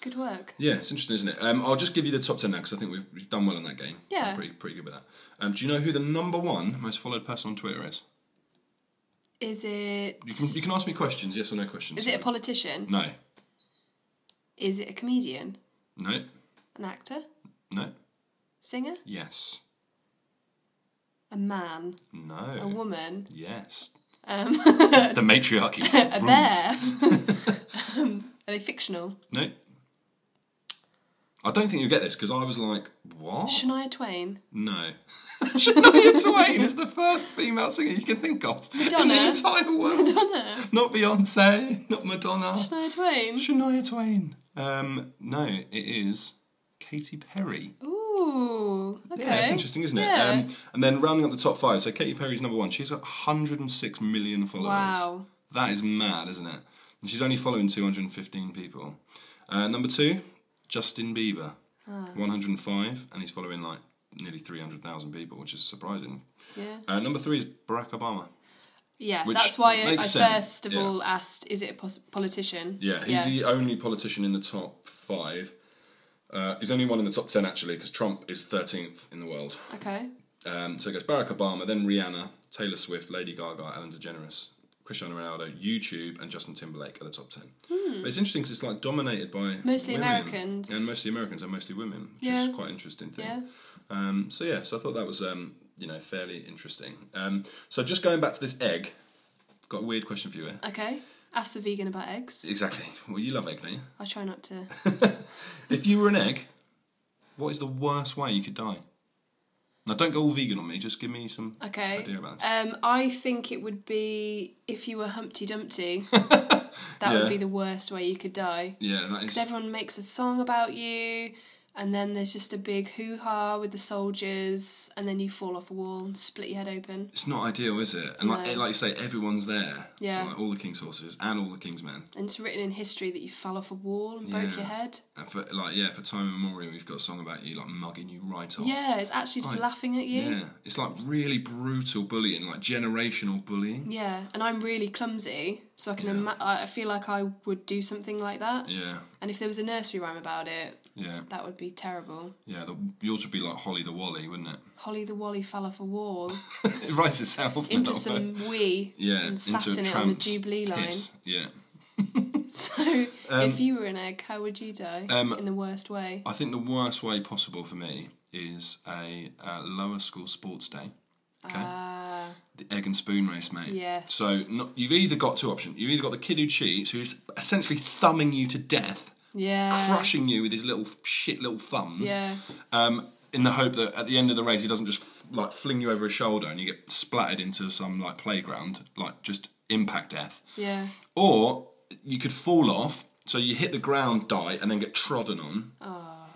[SPEAKER 2] Good work.
[SPEAKER 1] Yeah, it's interesting, isn't it? Um, I'll just give you the top 10 now because I think we've, we've done well in that game.
[SPEAKER 2] Yeah.
[SPEAKER 1] I'm pretty, pretty good with that. Um, do you know who the number one most followed person on Twitter is?
[SPEAKER 2] Is it?
[SPEAKER 1] You can, you can ask me questions, yes or no questions.
[SPEAKER 2] Is it a politician?
[SPEAKER 1] No.
[SPEAKER 2] Is it a comedian?
[SPEAKER 1] No.
[SPEAKER 2] An actor?
[SPEAKER 1] No.
[SPEAKER 2] Singer?
[SPEAKER 1] Yes.
[SPEAKER 2] A man?
[SPEAKER 1] No.
[SPEAKER 2] A woman?
[SPEAKER 1] Yes.
[SPEAKER 2] Um,
[SPEAKER 1] The matriarchy.
[SPEAKER 2] a bear? um, are they fictional?
[SPEAKER 1] No. I don't think you'll get this because I was like, what?
[SPEAKER 2] Shania Twain?
[SPEAKER 1] no. Shania Twain is the first female singer you can think of in
[SPEAKER 2] Madonna.
[SPEAKER 1] the entire world.
[SPEAKER 2] Madonna?
[SPEAKER 1] Not Beyonce, not Madonna.
[SPEAKER 2] Shania Twain?
[SPEAKER 1] Shania Twain. Um, no, it is Katy Perry.
[SPEAKER 2] Ooh. Okay.
[SPEAKER 1] Yeah, it's interesting, isn't it?
[SPEAKER 2] Yeah.
[SPEAKER 1] Um, and then rounding up the top five, so Katy Perry's number one. She's got 106 million followers.
[SPEAKER 2] Wow.
[SPEAKER 1] That is mad, isn't it? And she's only following 215 people. Uh, number two, Justin Bieber, 105, and he's following like nearly 300,000 people, which is surprising.
[SPEAKER 2] Yeah.
[SPEAKER 1] Uh, number three is Barack Obama.
[SPEAKER 2] Yeah,
[SPEAKER 1] Which
[SPEAKER 2] that's why I, I
[SPEAKER 1] makes sense,
[SPEAKER 2] first of
[SPEAKER 1] yeah.
[SPEAKER 2] all asked, is it a pos- politician?
[SPEAKER 1] Yeah, he's the only politician in the top five. Uh, he's only one in the top 10, actually, because Trump is 13th in the world.
[SPEAKER 2] Okay.
[SPEAKER 1] Um, so it goes Barack Obama, then Rihanna, Taylor Swift, Lady Gaga, Ellen DeGeneres, Cristiano Ronaldo, YouTube, and Justin Timberlake are the top ten. But it's interesting because it's like dominated by
[SPEAKER 2] Hmm. Mostly
[SPEAKER 1] women.
[SPEAKER 2] Americans.
[SPEAKER 1] and mostly Americans and mostly women, which
[SPEAKER 2] Yeah.
[SPEAKER 1] is quite an interesting thing.
[SPEAKER 2] Yeah.
[SPEAKER 1] Um, so yeah, so I thought that was um, you know fairly interesting. Um, so just going back to this egg, I've got a weird question for you here.
[SPEAKER 2] Okay. Ask the vegan about eggs.
[SPEAKER 1] Exactly. Well, you love egg, don't you?
[SPEAKER 2] I try not to.
[SPEAKER 1] If you were an egg, what is the worst way you could die? Now don't go all vegan on me. Just give me some.
[SPEAKER 2] Okay.
[SPEAKER 1] Idea about this.
[SPEAKER 2] Um, I think it would be if you were Humpty Dumpty. Um, That
[SPEAKER 1] Yeah.
[SPEAKER 2] would be the worst way you could die.
[SPEAKER 1] Yeah, that is.
[SPEAKER 2] Everyone makes a song about you, and then there's just a big hoo ha with the soldiers, and then you fall off a wall and split your head open.
[SPEAKER 1] It's not ideal, is it? And like,
[SPEAKER 2] No.
[SPEAKER 1] like you say, everyone's there.
[SPEAKER 2] Yeah.
[SPEAKER 1] Like, all the king's horses and all the king's men.
[SPEAKER 2] And it's written in history that you fell off a wall and
[SPEAKER 1] Yeah.
[SPEAKER 2] broke your head.
[SPEAKER 1] And for like, yeah, for time immemorial, we've got a song about you like mugging you right off.
[SPEAKER 2] Yeah, it's actually just
[SPEAKER 1] Right.
[SPEAKER 2] laughing at you.
[SPEAKER 1] Oh, Yeah. It's like really brutal bullying, like generational bullying.
[SPEAKER 2] Yeah, and I'm really clumsy, so I can.
[SPEAKER 1] Yeah.
[SPEAKER 2] Ima- I I feel like I would do something like that.
[SPEAKER 1] Yeah.
[SPEAKER 2] And if there was a nursery rhyme about it,
[SPEAKER 1] Yeah.
[SPEAKER 2] that would be terrible.
[SPEAKER 1] Yeah. The, yours would be like Holly the Wally, wouldn't it?
[SPEAKER 2] Holly the Wally fell off a wall
[SPEAKER 1] it writes itself. now,
[SPEAKER 2] into
[SPEAKER 1] but-
[SPEAKER 2] some wee
[SPEAKER 1] Yeah.
[SPEAKER 2] and sat
[SPEAKER 1] into a
[SPEAKER 2] in it on the
[SPEAKER 1] tramp's
[SPEAKER 2] Jubilee line.
[SPEAKER 1] piss. Yeah.
[SPEAKER 2] So, if you were an egg, how would you die
[SPEAKER 1] Um,
[SPEAKER 2] in the worst way?
[SPEAKER 1] I think the worst way possible for me is a uh, lower school sports day. Okay.
[SPEAKER 2] Ah,
[SPEAKER 1] the egg and spoon race, mate.
[SPEAKER 2] Yes.
[SPEAKER 1] So not, you've either got two options. You've either got the kid who cheats, who's essentially thumbing you to death,
[SPEAKER 2] yeah,
[SPEAKER 1] crushing you with his little shit little thumbs,
[SPEAKER 2] yeah,
[SPEAKER 1] um, in the hope that at the end of the race he doesn't just f- like fling you over his shoulder and you get splattered into some like playground, like just impact death.
[SPEAKER 2] yeah.
[SPEAKER 1] Or you could fall off, so you hit the ground, die, and then get trodden on.
[SPEAKER 2] Ah.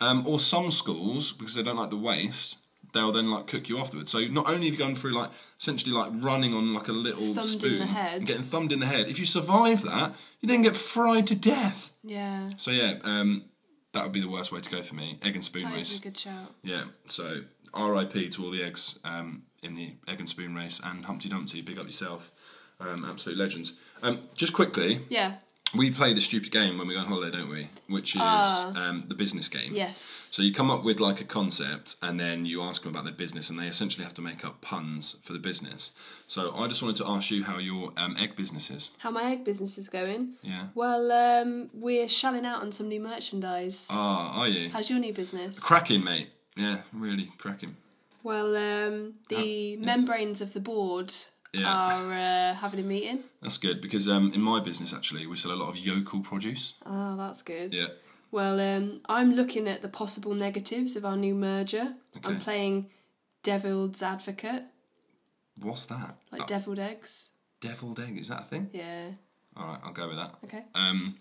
[SPEAKER 1] Um, or some schools, because they don't like the waste, they'll then like cook you afterwards. So not only have you gone through like essentially like running on like a little
[SPEAKER 2] Thumbed in
[SPEAKER 1] spoon,
[SPEAKER 2] the head.
[SPEAKER 1] and getting thumbed in the head. If you survive that, you then get fried to death.
[SPEAKER 2] Yeah,
[SPEAKER 1] So yeah, um, that would be the worst way to go for me. Egg and spoon
[SPEAKER 2] that
[SPEAKER 1] race.
[SPEAKER 2] is a good shout.
[SPEAKER 1] Yeah. So R.I.P. to all the eggs um, in the egg and spoon race and Humpty Dumpty. Big up yourself. Um, absolute legends. Um, just quickly,
[SPEAKER 2] Yeah,
[SPEAKER 1] we play the stupid game when we go on holiday, don't we? Which is
[SPEAKER 2] Ah.
[SPEAKER 1] um, the business game.
[SPEAKER 2] yes,
[SPEAKER 1] So you come up with like a concept, and then you ask them about their business, and they essentially have to make up puns for the business. So I just wanted to ask you how your um, egg business is.
[SPEAKER 2] how my egg business is going.
[SPEAKER 1] Yeah.
[SPEAKER 2] Well, um, we're shelling out on some new merchandise.
[SPEAKER 1] Ah, are you
[SPEAKER 2] How's your new business?
[SPEAKER 1] cracking, mate? Yeah, really cracking.
[SPEAKER 2] Well, um, the membranes of the board
[SPEAKER 1] Yeah.
[SPEAKER 2] are uh, having a meeting.
[SPEAKER 1] That's good because um, in my business actually we sell a lot of yokel produce.
[SPEAKER 2] Oh, that's good.
[SPEAKER 1] Yeah.
[SPEAKER 2] Well, um, I'm looking at the possible negatives of our new merger. I'm
[SPEAKER 1] Okay.
[SPEAKER 2] playing devil's advocate,
[SPEAKER 1] What's that?
[SPEAKER 2] like
[SPEAKER 1] Uh,
[SPEAKER 2] deviled eggs.
[SPEAKER 1] deviled egg? Is that a thing?
[SPEAKER 2] Yeah.
[SPEAKER 1] All right, I'll go with that.
[SPEAKER 2] Okay.
[SPEAKER 1] Um,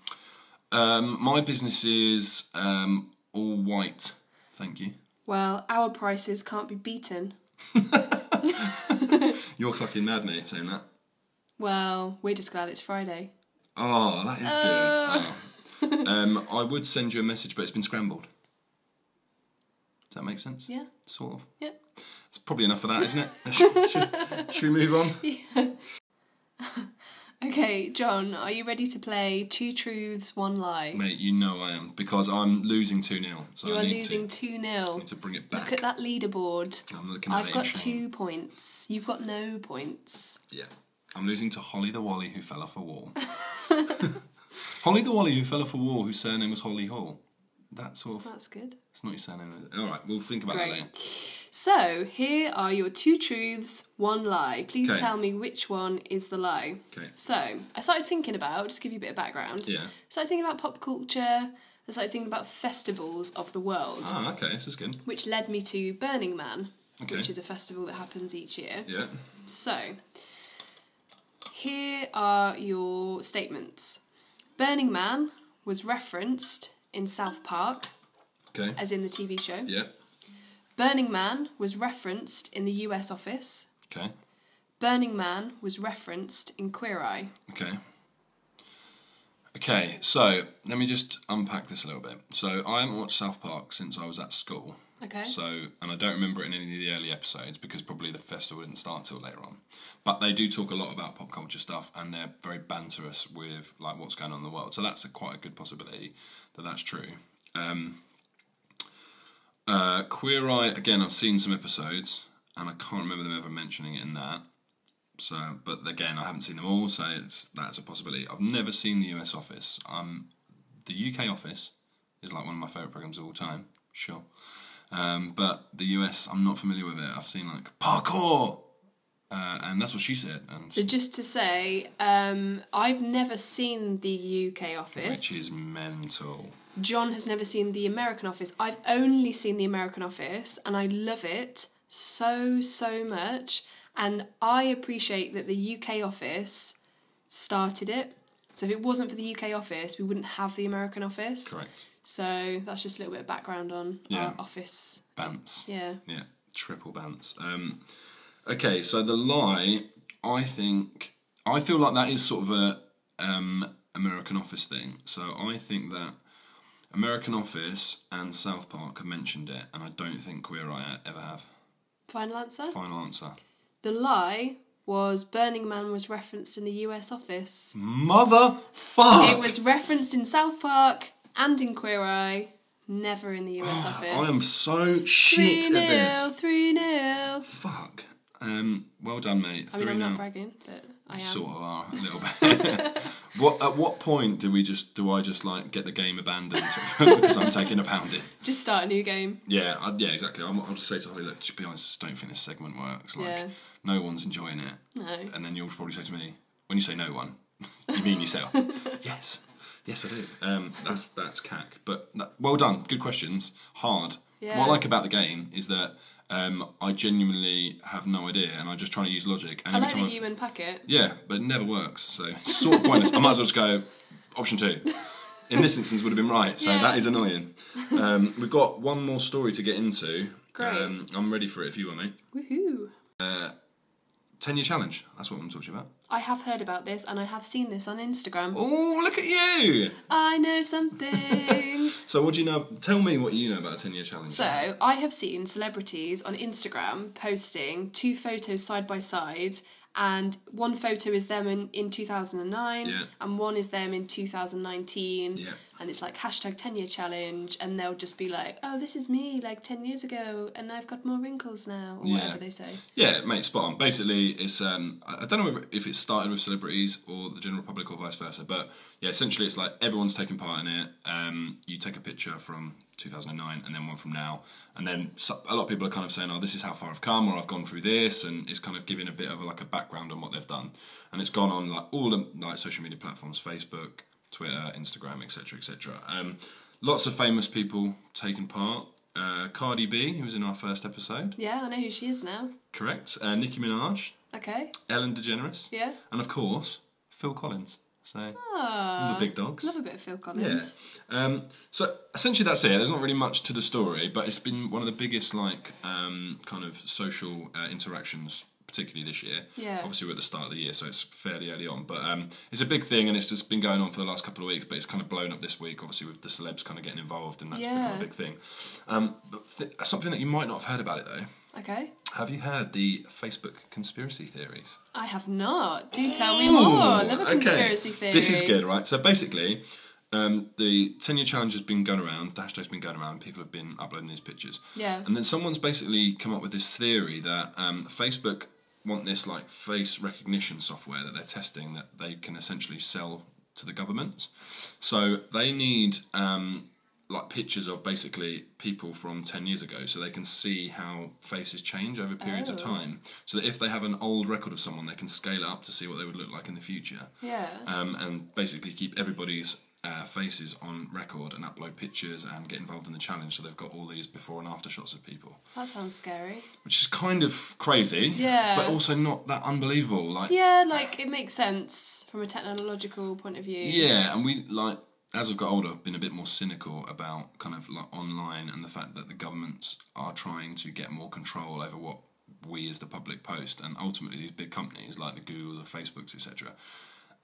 [SPEAKER 1] um, my business is um, all white. Thank you.
[SPEAKER 2] Well, our prices can't be beaten.
[SPEAKER 1] You're clucking mad, mate, saying that.
[SPEAKER 2] Well, we're just glad it's Friday.
[SPEAKER 1] Oh, that is
[SPEAKER 2] Oh.
[SPEAKER 1] good. Oh. um, I would send you a message, but it's been scrambled. Does that make sense?
[SPEAKER 2] Yeah.
[SPEAKER 1] Sort of.
[SPEAKER 2] Yeah.
[SPEAKER 1] It's probably enough of that, isn't it? should, should we move on?
[SPEAKER 2] Okay, John, are you ready to play Two Truths, One Lie?
[SPEAKER 1] Mate, you know I am, because I'm losing 2 0. So
[SPEAKER 2] You
[SPEAKER 1] I
[SPEAKER 2] are
[SPEAKER 1] need
[SPEAKER 2] losing
[SPEAKER 1] to,
[SPEAKER 2] 2
[SPEAKER 1] I
[SPEAKER 2] 0.
[SPEAKER 1] need to bring it
[SPEAKER 2] Look
[SPEAKER 1] back.
[SPEAKER 2] at that leaderboard.
[SPEAKER 1] I'm looking at
[SPEAKER 2] I've
[SPEAKER 1] it
[SPEAKER 2] got
[SPEAKER 1] in trouble.
[SPEAKER 2] two points. You've got no points.
[SPEAKER 1] Yeah. I'm losing to Holly the Wally who fell off a wall. Holly the Wally who fell off a wall whose surname was Holly Hall. That sort of.
[SPEAKER 2] That's good.
[SPEAKER 1] It's not your surname. is it? All right, we'll think about that
[SPEAKER 2] Great.
[SPEAKER 1] later.
[SPEAKER 2] So, here are your two truths, one lie. Please
[SPEAKER 1] Okay.
[SPEAKER 2] tell me which one is the lie.
[SPEAKER 1] Okay.
[SPEAKER 2] So, I started thinking about, just give you a bit of background.
[SPEAKER 1] Yeah.
[SPEAKER 2] started thinking about pop culture. I started thinking about festivals of the world,
[SPEAKER 1] Ah, okay, this is good.
[SPEAKER 2] which led me to Burning Man,
[SPEAKER 1] Okay.
[SPEAKER 2] which is a festival that happens each year.
[SPEAKER 1] Yeah.
[SPEAKER 2] So, here are your statements Burning Man was referenced in South Park,
[SPEAKER 1] Okay.
[SPEAKER 2] as in the TV show.
[SPEAKER 1] Yeah.
[SPEAKER 2] Burning Man was referenced in the US office.
[SPEAKER 1] Okay.
[SPEAKER 2] Burning Man was referenced in Queer Eye.
[SPEAKER 1] Okay. Okay, so let me just unpack this a little bit. So I haven't watched South Park since I was at school.
[SPEAKER 2] Okay.
[SPEAKER 1] So, and I don't remember it in any of the early episodes because probably the festival didn't start till later on. But they do talk a lot about pop culture stuff, and they're very banterous with like what's going on in the world. So that's a, quite a good possibility that that's true. Um, uh, Queer Eye again. I've seen some episodes, and I can't remember them ever mentioning it in that. So, but again, I haven't seen them all, so it's that's a possibility. I've never seen the US Office. Um, the UK Office is like one of my favorite programs of all time. Sure. Um, but the US, I'm not familiar with it. I've seen like parkour, uh, and that's what she said, and
[SPEAKER 2] So just to say, um, I've never seen the UK office.
[SPEAKER 1] which is mental.
[SPEAKER 2] John has never seen the American Office. I've only seen the American Office and I love it so, so much. And I appreciate that the UK Office started it. So if it wasn't for the UK Office, we wouldn't have the American Office.
[SPEAKER 1] Correct.
[SPEAKER 2] So that's just a little bit of background on
[SPEAKER 1] Yeah.
[SPEAKER 2] our office.
[SPEAKER 1] Bants.
[SPEAKER 2] Yeah.
[SPEAKER 1] Yeah, triple bants. Um, okay, so the lie, I think, I feel like that is sort of a um, American Office thing. So I think that American Office and South Park have mentioned it, and I don't think Queer Eye ever have.
[SPEAKER 2] Final answer?
[SPEAKER 1] Final answer.
[SPEAKER 2] The lie was Burning Man was referenced in the US Office.
[SPEAKER 1] Mother fuck.
[SPEAKER 2] It was referenced in South Park and in Queer Eye, never in the US Office.
[SPEAKER 1] I am so shit at this.
[SPEAKER 2] Three nil.
[SPEAKER 1] Fuck. Um, well done, mate.
[SPEAKER 2] I mean,
[SPEAKER 1] Three
[SPEAKER 2] I'm not
[SPEAKER 1] nil.
[SPEAKER 2] bragging, but I am.
[SPEAKER 1] Sort of are a little bit. what at what point do we just do I just like get the game abandoned because I'm taking a pounding?
[SPEAKER 2] Just start a new game.
[SPEAKER 1] Yeah, I, yeah, exactly. I'm, I'll just say to Holly, look, to be honest, I just don't think this segment works. Like,
[SPEAKER 2] Yeah.
[SPEAKER 1] no one's enjoying it.
[SPEAKER 2] No.
[SPEAKER 1] And then you'll probably say to me, when you say no one, you mean yourself. yes, yes, I do. Um, that's that's cack. But that, well done, good questions. Hard. What
[SPEAKER 2] Yeah.
[SPEAKER 1] I like about the game is that um, I genuinely have no idea, and I'm just trying to use logic. And
[SPEAKER 2] I
[SPEAKER 1] every
[SPEAKER 2] like
[SPEAKER 1] time
[SPEAKER 2] that
[SPEAKER 1] I've-
[SPEAKER 2] you unpack it.
[SPEAKER 1] yeah, but it never works, so it's sort of pointless. I might as well just go option two. In this instance, would have been right, so
[SPEAKER 2] Yeah.
[SPEAKER 1] that is annoying. Um, we've got one more story to get into.
[SPEAKER 2] Great.
[SPEAKER 1] Um, I'm ready for it if you are, mate.
[SPEAKER 2] Woohoo!
[SPEAKER 1] Ten year challenge. That's what I'm talking about.
[SPEAKER 2] I have heard about this and I have seen this on Instagram.
[SPEAKER 1] Oh, look at you!
[SPEAKER 2] I know something.
[SPEAKER 1] So, what do you know? Tell me what you know about a ten year challenge.
[SPEAKER 2] so I have seen celebrities on Instagram posting two photos side by side, and one photo is them in, in 2009,
[SPEAKER 1] Yeah.
[SPEAKER 2] and one is them in 2019.
[SPEAKER 1] Yeah.
[SPEAKER 2] and it's like hashtag 10 year challenge and they'll just be like oh this is me like 10 years ago and i've got more wrinkles now or
[SPEAKER 1] Yeah.
[SPEAKER 2] whatever they say
[SPEAKER 1] Yeah, mate, spot on. Basically, it's um, I I don't know if it started with celebrities or the general public or vice versa, but yeah, essentially it's like everyone's taking part in it. Um, you take a picture from 2009 and then one from now, and then so- a lot of people are kind of saying, "Oh, this is how far I've come," or "I've gone through this," and it's kind of giving a bit of like a background on what they've done, and it's gone on like all the like social media platforms, Facebook, Twitter, Instagram, etc., etc. Um, lots of famous people taking part. Uh, Cardi B, who was in our first episode.
[SPEAKER 2] yeah i know who she is now
[SPEAKER 1] Correct. Uh, Nicki Minaj,
[SPEAKER 2] okay
[SPEAKER 1] Ellen DeGeneres,
[SPEAKER 2] yeah
[SPEAKER 1] and of course Phil Collins. So
[SPEAKER 2] Ah,
[SPEAKER 1] the big dogs.
[SPEAKER 2] love a bit of phil
[SPEAKER 1] yeah.
[SPEAKER 2] collins
[SPEAKER 1] Um, so essentially that's it. There's not really much to the story, but it's been one of the biggest like um, kind of social uh, interactions, particularly this year.
[SPEAKER 2] Yeah.
[SPEAKER 1] Obviously we're at the start of the year, so it's fairly early on, but um, it's a big thing, and it's just been going on for the last couple of weeks. But it's kind of blown up this week, obviously with the celebs kind of getting involved, and that's become
[SPEAKER 2] Yeah.
[SPEAKER 1] a big thing. Um, but th- something that you might not have heard about it though.
[SPEAKER 2] okay
[SPEAKER 1] Have you heard the Facebook conspiracy theories?
[SPEAKER 2] i have not do tell me more
[SPEAKER 1] Ooh,
[SPEAKER 2] love a
[SPEAKER 1] okay.
[SPEAKER 2] Oh, conspiracy theory
[SPEAKER 1] This is good, right? So basically, um, the 10 year challenge has been going around, the hashtag's been going around, people have been uploading these pictures.
[SPEAKER 2] Yeah.
[SPEAKER 1] And then someone's basically come up with this theory that um, Facebook want this like face recognition software that they're testing that they can essentially sell to the governments. So they need um, like pictures of basically people from 10 years ago so they can see how faces change over periods
[SPEAKER 2] Oh.
[SPEAKER 1] of time so that if they have an old record of someone they can scale it up to see what they would look like in the future
[SPEAKER 2] yeah
[SPEAKER 1] um, and basically keep everybody's uh, faces on record and upload pictures and get involved in the challenge so they've got all these before and after shots of people
[SPEAKER 2] that sounds scary
[SPEAKER 1] which is kind of crazy
[SPEAKER 2] Yeah.
[SPEAKER 1] but also not that unbelievable like
[SPEAKER 2] yeah like it makes sense from a technological point of view
[SPEAKER 1] Yeah, and we like as I've got older, I've been a bit more cynical about kind of like online and the fact that the governments are trying to get more control over what we as the public post, and ultimately these big companies like the Googles or Facebooks, etc.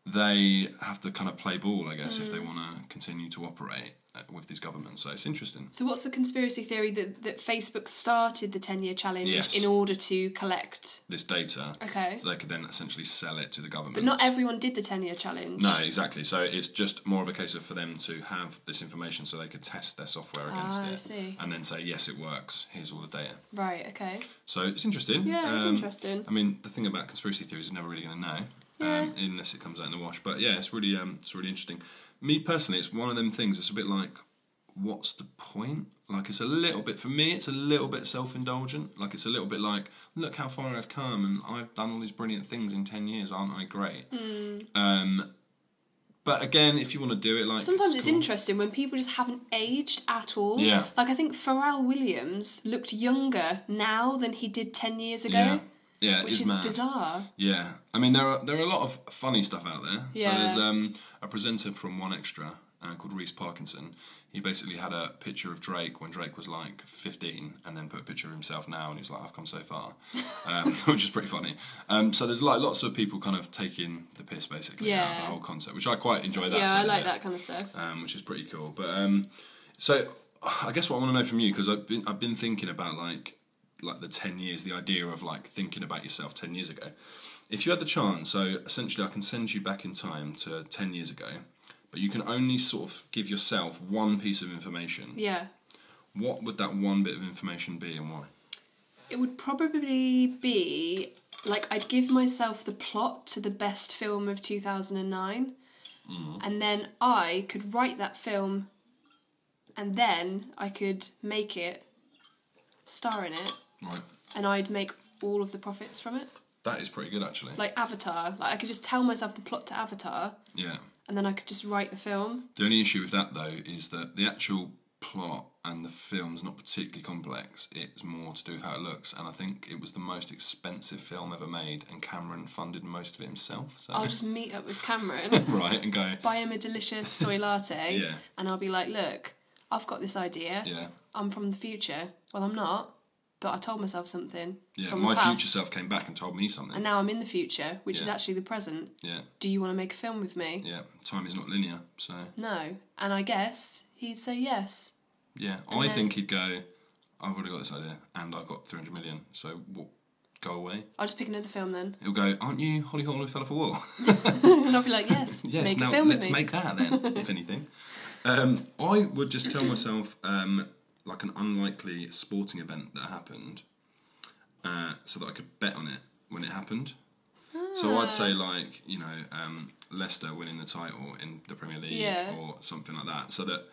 [SPEAKER 1] they have to kind of play ball, I guess, if they
[SPEAKER 2] Mm.
[SPEAKER 1] want to continue to operate uh, with these governments. So it's interesting.
[SPEAKER 2] So, what's the conspiracy theory that, that Facebook started the 10 year challenge
[SPEAKER 1] Yes.
[SPEAKER 2] in order to collect?
[SPEAKER 1] This data,
[SPEAKER 2] Okay.
[SPEAKER 1] so they could then essentially sell it to the government.
[SPEAKER 2] But not everyone did the 10 year challenge.
[SPEAKER 1] No, exactly. So it's just more of a case of for them to have this information so they could test their software against
[SPEAKER 2] Ah, I
[SPEAKER 1] it
[SPEAKER 2] see.
[SPEAKER 1] and then say, yes, it works. Here's all the data.
[SPEAKER 2] Right, okay.
[SPEAKER 1] So it's interesting.
[SPEAKER 2] Yeah, it's
[SPEAKER 1] Um,
[SPEAKER 2] interesting.
[SPEAKER 1] I mean, the thing about conspiracy theories, you're never really going to know
[SPEAKER 2] Yeah.
[SPEAKER 1] um, unless it comes out in the wash. But yeah, it's really, um, it's really interesting. Me personally, it's one of them things. It's a bit like, what's the point? Like, it's a little bit for me. It's a little bit self-indulgent. Like, it's a little bit like, look how far I've come, and I've done all these brilliant things in ten years. Aren't I great?
[SPEAKER 2] Hmm.
[SPEAKER 1] Um, but again, if you want to do it, like
[SPEAKER 2] Sometimes it's
[SPEAKER 1] cool.
[SPEAKER 2] interesting when people just haven't aged at all.
[SPEAKER 1] Yeah.
[SPEAKER 2] Like I think Pharrell Williams looked younger now than he did ten years ago,
[SPEAKER 1] Yeah, yeah,
[SPEAKER 2] which is
[SPEAKER 1] mad.
[SPEAKER 2] bizarre.
[SPEAKER 1] Yeah, I mean there are there are a lot of funny stuff out there. So
[SPEAKER 2] Yeah.
[SPEAKER 1] there's um, a presenter from One Extra uh, called Reese Parkinson. He basically had a picture of Drake when Drake was like 15, and then put a picture of himself now, and he's like, "I've come so far," um, which is pretty funny. Um, so there's like lots of people kind of taking the piss basically out of the
[SPEAKER 2] Yeah.
[SPEAKER 1] whole concept, which I quite enjoy. That
[SPEAKER 2] Yeah,
[SPEAKER 1] side
[SPEAKER 2] I
[SPEAKER 1] of
[SPEAKER 2] like
[SPEAKER 1] it
[SPEAKER 2] that kind of stuff.
[SPEAKER 1] um, which is pretty cool. But um, so I guess what I want to know from you because I've been I've been thinking about like like the ten years, the idea of like thinking about yourself ten years ago. If you had the chance, so essentially I can send you back in time to ten years ago, but you can only sort of give yourself one piece of information.
[SPEAKER 2] Yeah.
[SPEAKER 1] What would that one bit of information be and why?
[SPEAKER 2] It would probably be like I'd give myself the plot to the best film of 2009, and then I could write that film, and then I could make it, star in it,
[SPEAKER 1] Right.
[SPEAKER 2] and I'd make all of the profits from it.
[SPEAKER 1] That is pretty good actually.
[SPEAKER 2] Like Avatar, like I could just tell myself the plot to Avatar,
[SPEAKER 1] yeah.
[SPEAKER 2] and then I could just write the film.
[SPEAKER 1] The only issue with that though is that the actual plot and the film's not particularly complex. It's more to do with how it looks, and I think it was the most expensive film ever made, and Cameron funded most of it himself. So
[SPEAKER 2] I'll Oh, just meet up with Cameron,
[SPEAKER 1] right and go,
[SPEAKER 2] buy him a delicious soy latte,
[SPEAKER 1] Yeah.
[SPEAKER 2] and I'll be like, look, I've got this idea.
[SPEAKER 1] yeah,
[SPEAKER 2] I'm from the future. Well, I'm not, but I told myself something
[SPEAKER 1] yeah.
[SPEAKER 2] from
[SPEAKER 1] My
[SPEAKER 2] the past,
[SPEAKER 1] future self came back and told me something.
[SPEAKER 2] and now I'm in the future, which is
[SPEAKER 1] Yeah.
[SPEAKER 2] actually the present.
[SPEAKER 1] Yeah,
[SPEAKER 2] Do you want to make a film with me?
[SPEAKER 1] yeah. Time is not linear, so
[SPEAKER 2] No. And I guess he'd say yes.
[SPEAKER 1] yeah. I
[SPEAKER 2] then-
[SPEAKER 1] think he'd go. I've already got this idea, and I've got three hundred million. So what? Go away.
[SPEAKER 2] I'll just pick another film then,
[SPEAKER 1] He'll go. Aren't you Holly Hall who fell off a wall?
[SPEAKER 2] and I'll be like, yes,
[SPEAKER 1] Yes,
[SPEAKER 2] make
[SPEAKER 1] now
[SPEAKER 2] a film with
[SPEAKER 1] let's
[SPEAKER 2] me.
[SPEAKER 1] make that then, if anything. Um, I would just tell myself um, like an unlikely sporting event that happened, uh, so that I could bet on it when it happened.
[SPEAKER 2] Ah.
[SPEAKER 1] So I'd say like you know um, Leicester winning the title in the Premier League
[SPEAKER 2] Yeah.
[SPEAKER 1] or something like that, so that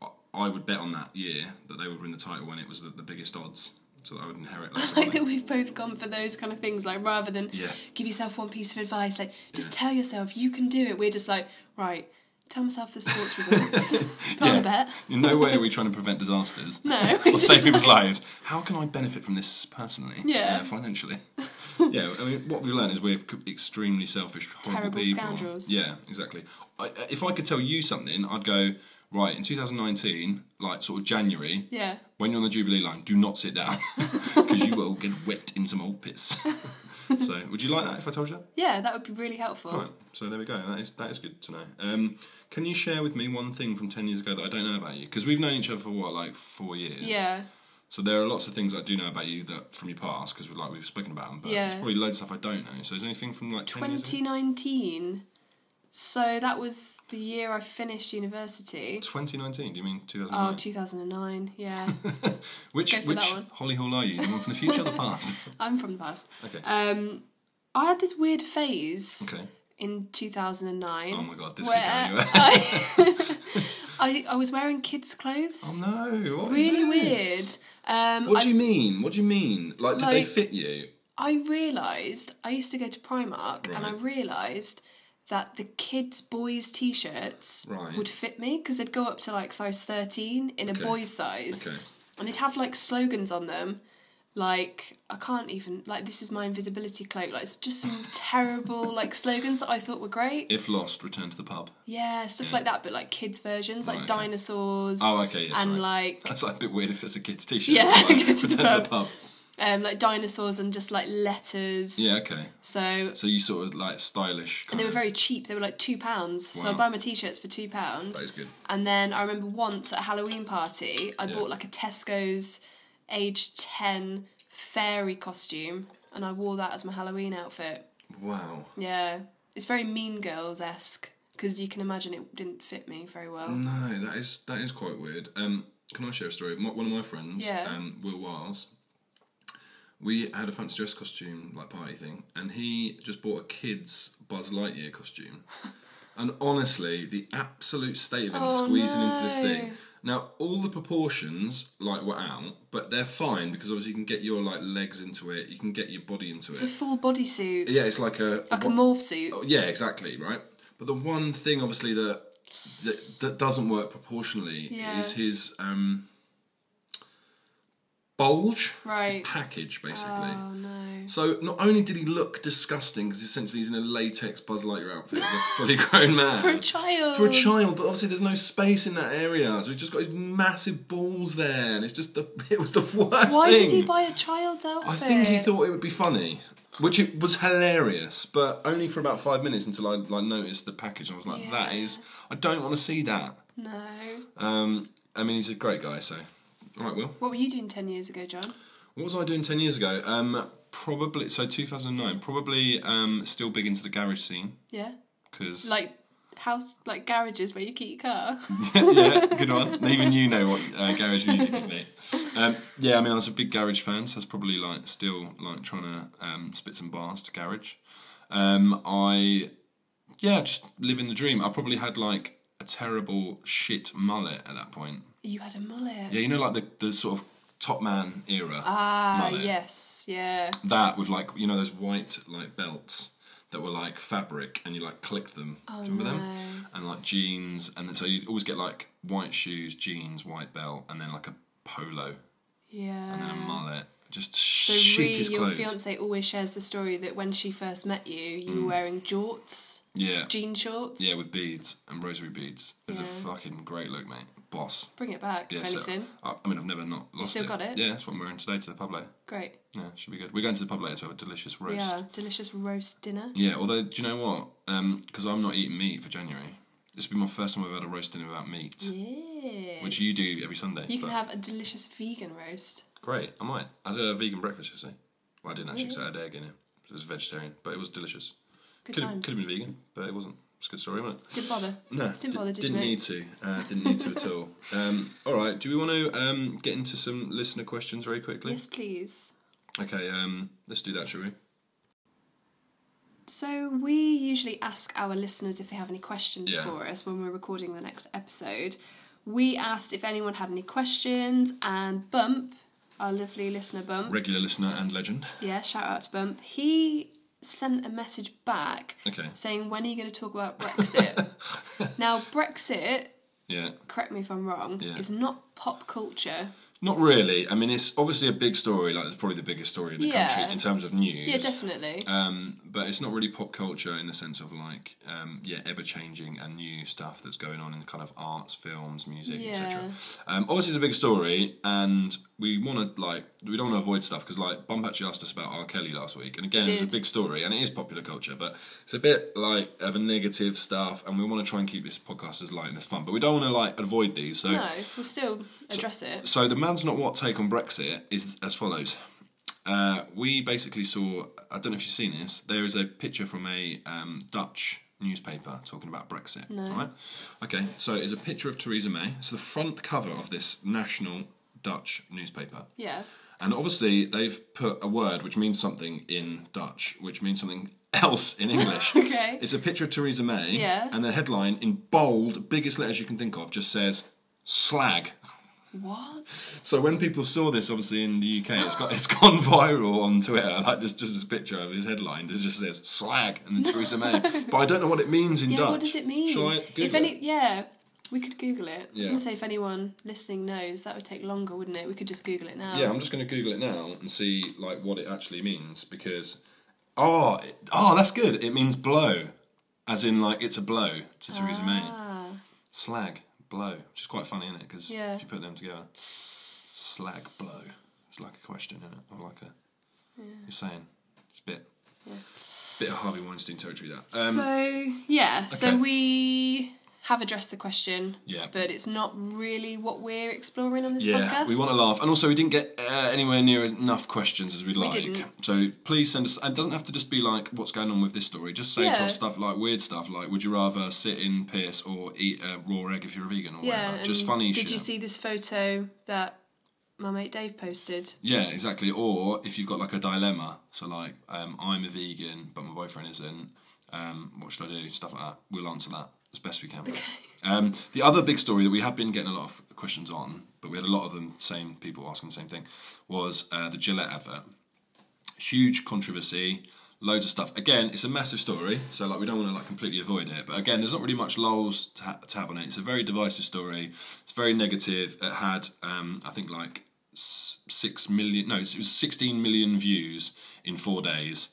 [SPEAKER 1] I- I would bet on that year that they would win the title when it was the, the biggest odds, so that I would inherit lots of
[SPEAKER 2] like that
[SPEAKER 1] money.
[SPEAKER 2] we've both gone for those kind of things like rather than
[SPEAKER 1] Yeah.
[SPEAKER 2] give yourself one piece of advice like just
[SPEAKER 1] Yeah.
[SPEAKER 2] tell yourself you can do it we're just like right tell myself the sports results put on
[SPEAKER 1] Yeah.
[SPEAKER 2] a bet
[SPEAKER 1] In no way are we trying to prevent disasters.
[SPEAKER 2] no
[SPEAKER 1] or save people's lives. How can I benefit from this personally?
[SPEAKER 2] Yeah.
[SPEAKER 1] Uh, financially. yeah, I mean, what we've learned is we're c- extremely selfish, horrible
[SPEAKER 2] Terrible
[SPEAKER 1] people.
[SPEAKER 2] scoundrels.
[SPEAKER 1] Yeah, exactly. I, uh, if I could tell you something, I'd go right in 2019, like sort of January.
[SPEAKER 2] yeah
[SPEAKER 1] When you're on the Jubilee line, do not sit down because you will get wet in some old piss. so, would you like that if I told you? that?
[SPEAKER 2] yeah that would be really helpful
[SPEAKER 1] Right. So there we go. That is that is good to know. Um, can you share with me one thing from ten years ago that I don't know about you? Because we've known each other for what, like four years.
[SPEAKER 2] yeah
[SPEAKER 1] So there are lots of things I do know about you that from your past because like we've spoken about them, but
[SPEAKER 2] Yeah.
[SPEAKER 1] there's probably loads of stuff I don't know. So is there anything from like 10 years ago?
[SPEAKER 2] 2019 so that was the year I finished university
[SPEAKER 1] 2019? Do you mean
[SPEAKER 2] oh
[SPEAKER 1] 2009?
[SPEAKER 2] 2009 yeah
[SPEAKER 1] which
[SPEAKER 2] go for
[SPEAKER 1] which
[SPEAKER 2] that one.
[SPEAKER 1] Holly Hall are you? The one from the future or the past?
[SPEAKER 2] I'm from the past
[SPEAKER 1] Okay.
[SPEAKER 2] um I had this weird phase
[SPEAKER 1] okay.
[SPEAKER 2] in 2009
[SPEAKER 1] Oh my god, this
[SPEAKER 2] where
[SPEAKER 1] could go anywhere.
[SPEAKER 2] I, I I was wearing kids' clothes.
[SPEAKER 1] oh no! what is
[SPEAKER 2] really weird.
[SPEAKER 1] this?
[SPEAKER 2] Um,
[SPEAKER 1] What
[SPEAKER 2] I,
[SPEAKER 1] do you mean? What do you mean? Like, did they
[SPEAKER 2] Like-
[SPEAKER 1] fit you?
[SPEAKER 2] I realised I used to go to Primark, and I
[SPEAKER 1] Right.
[SPEAKER 2] realised that the kids' boys' t-shirts
[SPEAKER 1] Right.
[SPEAKER 2] would fit me because they'd go up to like size thirteen in
[SPEAKER 1] Okay.
[SPEAKER 2] a boy's size,
[SPEAKER 1] Okay.
[SPEAKER 2] and they'd have like slogans on them. Like I can't even like this is my invisibility cloak. Like it's just some terrible like slogans that I thought were great.
[SPEAKER 1] If lost, return to the pub.
[SPEAKER 2] Yeah, stuff like that, but like kids versions, like
[SPEAKER 1] Right, okay.
[SPEAKER 2] dinosaurs.
[SPEAKER 1] Oh, okay. Yes,
[SPEAKER 2] and
[SPEAKER 1] right.
[SPEAKER 2] like
[SPEAKER 1] That's like a bit weird if it's a kid's t-shirt.
[SPEAKER 2] Yeah,
[SPEAKER 1] Like,
[SPEAKER 2] go to the
[SPEAKER 1] return to the
[SPEAKER 2] pub.
[SPEAKER 1] pub.
[SPEAKER 2] um, like dinosaurs and just like letters.
[SPEAKER 1] Yeah, okay.
[SPEAKER 2] So
[SPEAKER 1] So you sort of like stylish.
[SPEAKER 2] and
[SPEAKER 1] Kind
[SPEAKER 2] they were
[SPEAKER 1] of-
[SPEAKER 2] very cheap. They were like two pounds. So I
[SPEAKER 1] Wow.
[SPEAKER 2] buy my t-shirts for two pound.
[SPEAKER 1] That is good.
[SPEAKER 2] And then I remember once at a Halloween party, I bought like a Tesco's age ten fairy costume, and I wore that as my Halloween outfit.
[SPEAKER 1] Wow.
[SPEAKER 2] Yeah, it's very Mean Girls esque because you can imagine it didn't fit me very well.
[SPEAKER 1] No, that is that is quite weird. Um, can I share a story? My, one of my friends,
[SPEAKER 2] Yeah.
[SPEAKER 1] um, Will Wiles, we had a fancy dress costume like party thing, and he just bought a kid's Buzz Lightyear costume. and honestly, the absolute state of him
[SPEAKER 2] Oh,
[SPEAKER 1] squeezing into this
[SPEAKER 2] no.
[SPEAKER 1] thing. Now, all the proportions like were out, but they're fine because obviously you can get your like legs into it, you can get your body into
[SPEAKER 2] It's a
[SPEAKER 1] it. Oh,
[SPEAKER 2] full bodysuit,
[SPEAKER 1] Yeah, it's like a
[SPEAKER 2] like a morph suit.
[SPEAKER 1] yeah, exactly, right? But the one thing, obviously, that that, that doesn't work proportionally
[SPEAKER 2] Yeah.
[SPEAKER 1] is his um, bulge,
[SPEAKER 2] Right.
[SPEAKER 1] his package, basically.
[SPEAKER 2] Oh no.
[SPEAKER 1] So not only did he look disgusting because essentially he's in a latex Buzz Lightyear outfit as a fully grown man.
[SPEAKER 2] For a child.
[SPEAKER 1] For a child, but obviously there's no space in that area, so he's just got his massive balls there, and it's just the it was the worst
[SPEAKER 2] Why
[SPEAKER 1] thing.
[SPEAKER 2] did he buy a child's outfit?
[SPEAKER 1] I think he thought it would be funny, which it was hilarious, but only for about five minutes until I like noticed the package. and I was like, that
[SPEAKER 2] Yeah.
[SPEAKER 1] is, I don't want to see that.
[SPEAKER 2] No.
[SPEAKER 1] Um, I mean, he's a great guy, so. All right, Will.
[SPEAKER 2] What were you doing ten years ago, John?
[SPEAKER 1] What was I doing ten years ago? Um, probably so 2009. Probably um, still big into the garage scene
[SPEAKER 2] Yeah.
[SPEAKER 1] because
[SPEAKER 2] Like house, like garages where you keep your car.
[SPEAKER 1] yeah, good one. Even you know what uh, garage music is, mate. Um, yeah, I mean, I was a big garage fan, so I was probably like still like trying to um, spit some bars to garage. Um, I, yeah, just living the dream. I probably had like a terrible shit mullet at that point.
[SPEAKER 2] you had a mullet.
[SPEAKER 1] Yeah, you know, like the the sort of top man era.
[SPEAKER 2] Ah,
[SPEAKER 1] Mullet.
[SPEAKER 2] yes, yeah.
[SPEAKER 1] that with like you know those white like belts that were like fabric, and you like clicked them.
[SPEAKER 2] Oh
[SPEAKER 1] Do you remember
[SPEAKER 2] no.
[SPEAKER 1] them? and like jeans, and so you always get like white shoes, jeans, white belt, and then like a polo
[SPEAKER 2] Yeah.
[SPEAKER 1] and then a mullet. Just
[SPEAKER 2] Ah. So
[SPEAKER 1] shit
[SPEAKER 2] Ree,
[SPEAKER 1] his
[SPEAKER 2] your
[SPEAKER 1] clothes.
[SPEAKER 2] fiance always shares the story that when she first met you, you were wearing jorts,
[SPEAKER 1] yeah,
[SPEAKER 2] jean shorts.
[SPEAKER 1] Mm. yeah, with beads and rosary beads. It was a
[SPEAKER 2] Yeah.
[SPEAKER 1] fucking great look, mate. Boss.
[SPEAKER 2] Bring it back,
[SPEAKER 1] Yeah,
[SPEAKER 2] if
[SPEAKER 1] so-
[SPEAKER 2] anything.
[SPEAKER 1] I, I mean, I've never not lost
[SPEAKER 2] still
[SPEAKER 1] it.
[SPEAKER 2] got it?
[SPEAKER 1] Yeah, that's what I'm wearing today to the pub later.
[SPEAKER 2] Great.
[SPEAKER 1] Yeah, should be good. We're going to the pub later to have a delicious roast.
[SPEAKER 2] Yeah, delicious roast dinner.
[SPEAKER 1] Yeah, although do you know what? Um, because I'm not eating meat for January. This will be my first time I've had a roast dinner without meat,
[SPEAKER 2] Yes.
[SPEAKER 1] which you do every Sunday.
[SPEAKER 2] You can
[SPEAKER 1] but-
[SPEAKER 2] have a delicious vegan roast.
[SPEAKER 1] Great, I might. I had a vegan breakfast yesterday. Well, I didn't actually, 'cause I
[SPEAKER 2] Really?
[SPEAKER 1] had egg in it. It was vegetarian, but it was delicious.
[SPEAKER 2] Good
[SPEAKER 1] Could have,
[SPEAKER 2] times.
[SPEAKER 1] could have been vegan, but it wasn't. It's a good story, wasn't it?
[SPEAKER 2] Didn't bother.
[SPEAKER 1] No,
[SPEAKER 2] Didn't bother, did you,
[SPEAKER 1] not
[SPEAKER 2] mate?
[SPEAKER 1] need to. Uh, didn't need to at all. Um, all right. Do we want to um, get into some listener questions very quickly?
[SPEAKER 2] Yes, please.
[SPEAKER 1] Okay. Um, let's do that, shall we?
[SPEAKER 2] So we usually ask our listeners if they have any questions
[SPEAKER 1] Yeah.
[SPEAKER 2] for us when we're recording the next episode. We asked if anyone had any questions, and Bump, our lovely listener Bump,
[SPEAKER 1] Regular listener and legend.
[SPEAKER 2] Yeah, shout out to Bump. He sent a message back
[SPEAKER 1] Okay.
[SPEAKER 2] saying, When are you going to talk about Brexit? now, Brexit,
[SPEAKER 1] yeah.
[SPEAKER 2] correct me if I'm wrong,
[SPEAKER 1] Yeah.
[SPEAKER 2] is not pop culture.
[SPEAKER 1] Not really. I mean, it's obviously a big story. Like, it's probably the biggest story in the
[SPEAKER 2] Yeah.
[SPEAKER 1] country in terms of news.
[SPEAKER 2] Yeah, definitely.
[SPEAKER 1] Um, but it's not really pop culture in the sense of like, um, yeah, ever changing and new stuff that's going on in kind of arts, films, music, etc.
[SPEAKER 2] Yeah.
[SPEAKER 1] Um, obviously, it's a big story, and we want to like, we don't want to avoid stuff because like, Bump actually asked us about R. Kelly last week, and again,
[SPEAKER 2] He
[SPEAKER 1] it was
[SPEAKER 2] did.
[SPEAKER 1] a big story, and it is popular culture, but it's a bit like of a negative stuff, and we want to try and keep this podcast as light and as fun, but we don't want to like avoid these. So,
[SPEAKER 2] No, we'll still address it.
[SPEAKER 1] so the man's not what take on Brexit is as follows. Uh, we basically saw. I don't know if you've seen this. There is a picture from a um, Dutch newspaper talking about Brexit.
[SPEAKER 2] No.
[SPEAKER 1] Right? Okay. So it's a picture of Theresa May. It's the front cover of this national Dutch newspaper,
[SPEAKER 2] Yeah.
[SPEAKER 1] and obviously they've put a word which means something in Dutch, which means something else in English.
[SPEAKER 2] Okay.
[SPEAKER 1] It's a picture of Theresa May.
[SPEAKER 2] Yeah.
[SPEAKER 1] And the headline in bold, biggest letters you can think of, just says "slag."
[SPEAKER 2] What?
[SPEAKER 1] So when people saw this, obviously in the UK, it's got it's gone viral on Twitter. Like there's just this picture of his headline that just says "slag" and then Theresa May. But I don't know what it means in
[SPEAKER 2] Yeah,
[SPEAKER 1] Dutch.
[SPEAKER 2] what does it mean?
[SPEAKER 1] Shall I Google
[SPEAKER 2] if any,
[SPEAKER 1] it?
[SPEAKER 2] yeah, we could Google it. I
[SPEAKER 1] Yeah.
[SPEAKER 2] was going to say if anyone listening knows, that would take longer, wouldn't it? We could just Google it now.
[SPEAKER 1] Yeah, I'm just going to Google it now and see like what it actually means because oh it- oh that's good. It means blow, as in like it's a blow to Theresa May.
[SPEAKER 2] Ah,
[SPEAKER 1] Slag blow, which is quite funny, isn't it? Because
[SPEAKER 2] Yeah.
[SPEAKER 1] if you put them together, slag blow. It's like a question, isn't it? Or like a
[SPEAKER 2] Yeah.
[SPEAKER 1] you're saying. It's a bit
[SPEAKER 2] Yeah.
[SPEAKER 1] bit of Harvey Weinstein territory that. Um,
[SPEAKER 2] so yeah, so
[SPEAKER 1] okay.
[SPEAKER 2] we have addressed the question,
[SPEAKER 1] yeah.
[SPEAKER 2] but it's not really what we're exploring on this
[SPEAKER 1] Yeah,
[SPEAKER 2] podcast.
[SPEAKER 1] we want to laugh, and also we didn't get uh, anywhere near enough questions as we'd like.
[SPEAKER 2] didn't.
[SPEAKER 1] So please send us. It doesn't have to just be like what's going on with this story. Just say to
[SPEAKER 2] Yeah.
[SPEAKER 1] us stuff like weird stuff, like would you rather sit in piss or eat a raw egg if you're a vegan or
[SPEAKER 2] yeah,
[SPEAKER 1] whatever. Just
[SPEAKER 2] and
[SPEAKER 1] funny
[SPEAKER 2] Did
[SPEAKER 1] shit.
[SPEAKER 2] you see this photo that my mate Dave posted?
[SPEAKER 1] Yeah, exactly. Or if you've got like a dilemma, so like um, I'm a vegan but my boyfriend isn't. Um, what should I do? Stuff like that. We'll answer that as best we can. Um, the other big story that we have been getting a lot of questions on, but we had a lot of them, the same people asking the same thing, was uh, the Gillette advert. Huge controversy, loads of stuff. Again, it's a massive story, so like we don't want to like completely avoid it. But again, there's not really much lulls to, ha- to have on it. It's a very divisive story. It's very negative. It had, um, I think, like s- six million. No, it was 16 million views in four days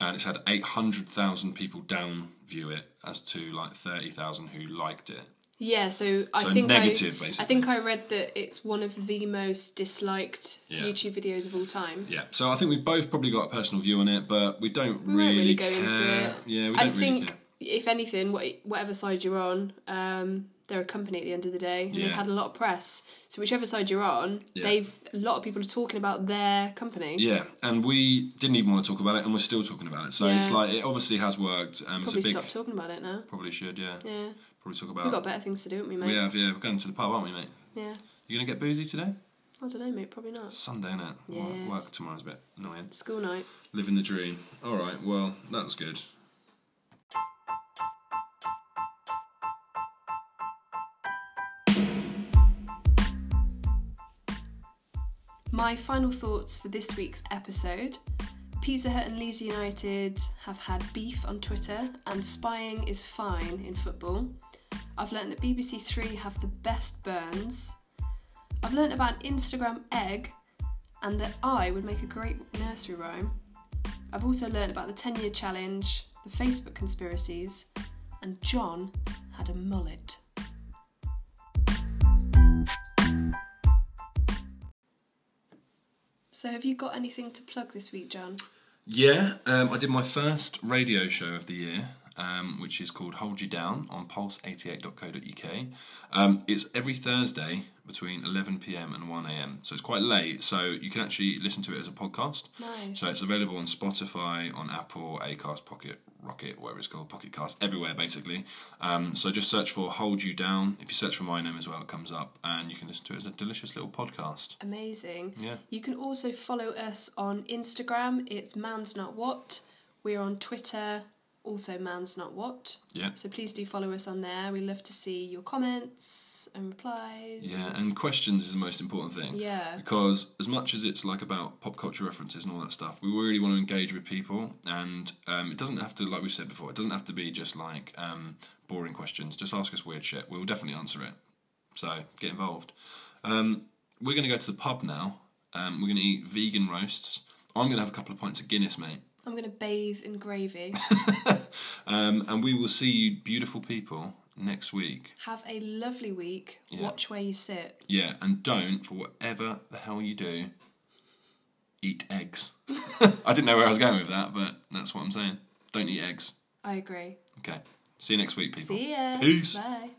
[SPEAKER 1] and it's had 800,000 people down view it as to like 30,000 who liked it.
[SPEAKER 2] Yeah, so I
[SPEAKER 1] So
[SPEAKER 2] think
[SPEAKER 1] negative,
[SPEAKER 2] I,
[SPEAKER 1] basically.
[SPEAKER 2] I think I read that it's one of the most disliked
[SPEAKER 1] Yeah.
[SPEAKER 2] YouTube videos of all time.
[SPEAKER 1] Yeah. So I think we've both probably got a personal view on it, but we don't
[SPEAKER 2] won't
[SPEAKER 1] really,
[SPEAKER 2] really go
[SPEAKER 1] care.
[SPEAKER 2] into it.
[SPEAKER 1] Yeah, we don't
[SPEAKER 2] I
[SPEAKER 1] really
[SPEAKER 2] think
[SPEAKER 1] care.
[SPEAKER 2] if anything, wha- whatever side you're on, um, they're a company at the end of the day, and
[SPEAKER 1] Yeah.
[SPEAKER 2] they've had a lot of press. So whichever side you're on,
[SPEAKER 1] Yeah.
[SPEAKER 2] they've a lot of people are talking about their company.
[SPEAKER 1] Yeah, and we didn't even want to talk about it, and we're still talking about it. So it's
[SPEAKER 2] Yeah.
[SPEAKER 1] like it obviously has worked. Um,
[SPEAKER 2] Probably
[SPEAKER 1] it's a big.
[SPEAKER 2] stop talking about it now.
[SPEAKER 1] Probably should. Yeah.
[SPEAKER 2] Yeah,
[SPEAKER 1] Probably talk
[SPEAKER 2] we've got
[SPEAKER 1] about.
[SPEAKER 2] better things to do, haven't we,
[SPEAKER 1] We
[SPEAKER 2] mate?
[SPEAKER 1] have. Yeah, we're going to the pub, aren't we, mate?
[SPEAKER 2] Yeah.
[SPEAKER 1] You gonna get boozy today?
[SPEAKER 2] I don't know, mate. Probably not.
[SPEAKER 1] Sunday, innit?
[SPEAKER 2] Yes.
[SPEAKER 1] Work tomorrow's a bit annoying.
[SPEAKER 2] School night.
[SPEAKER 1] Living the dream. All right. Well, that was good.
[SPEAKER 2] My final thoughts for this week's episode Pizza Hut and Leeds United have had beef on Twitter, and spying is fine in football. I've learnt that BBC Three have the best burns. I've learnt about Instagram egg, and that I would make a great nursery rhyme. I've also learnt about the 10 year challenge, the Facebook conspiracies, and John had a mullet. So, have you got anything to plug this week, John?
[SPEAKER 1] Yeah, um, I did my first radio show of the year, um, which is called Hold You Down on pulse88.co.uk. Um, it's every Thursday between 11 pm and 1 am, so it's quite late, so you can actually listen to it as a podcast.
[SPEAKER 2] Nice.
[SPEAKER 1] So it's available on Spotify, on Apple, Acast, Pocket Rocket, whatever it's called, Pocket Cast, everywhere basically. Um, so just search for Hold You Down. If you search for my name as well, it comes up, and you can listen to it as a delicious little podcast.
[SPEAKER 2] Amazing.
[SPEAKER 1] Yeah.
[SPEAKER 2] You can also follow us on Instagram. It's Man's Not What. We're on Twitter, also Man's Not What.
[SPEAKER 1] Yeah.
[SPEAKER 2] So please do follow us on there. We love to see your comments and replies.
[SPEAKER 1] Yeah, and questions is the most important thing.
[SPEAKER 2] Yeah.
[SPEAKER 1] because as much as it's like about pop culture references and all that stuff, we really want to engage with people, and um, it doesn't have to, like we said before, it doesn't have to be just like um, boring questions. Just ask us weird shit. We'll definitely answer it. So get involved. Um, we're going to go to the pub now. Um, we're going to eat vegan roasts. I'm going to have a couple of pints of Guinness, mate.
[SPEAKER 2] I'm going to bathe in gravy.
[SPEAKER 1] um, and we will see you, beautiful people, next week.
[SPEAKER 2] Have a lovely week. Watch where you sit.
[SPEAKER 1] Yeah, and don't, for whatever the hell you do, eat eggs. I didn't know where I was going with that, but that's what I'm saying. Don't eat eggs.
[SPEAKER 2] I agree.
[SPEAKER 1] Okay. See you next week, people.
[SPEAKER 2] See ya.
[SPEAKER 1] Peace.
[SPEAKER 2] Bye.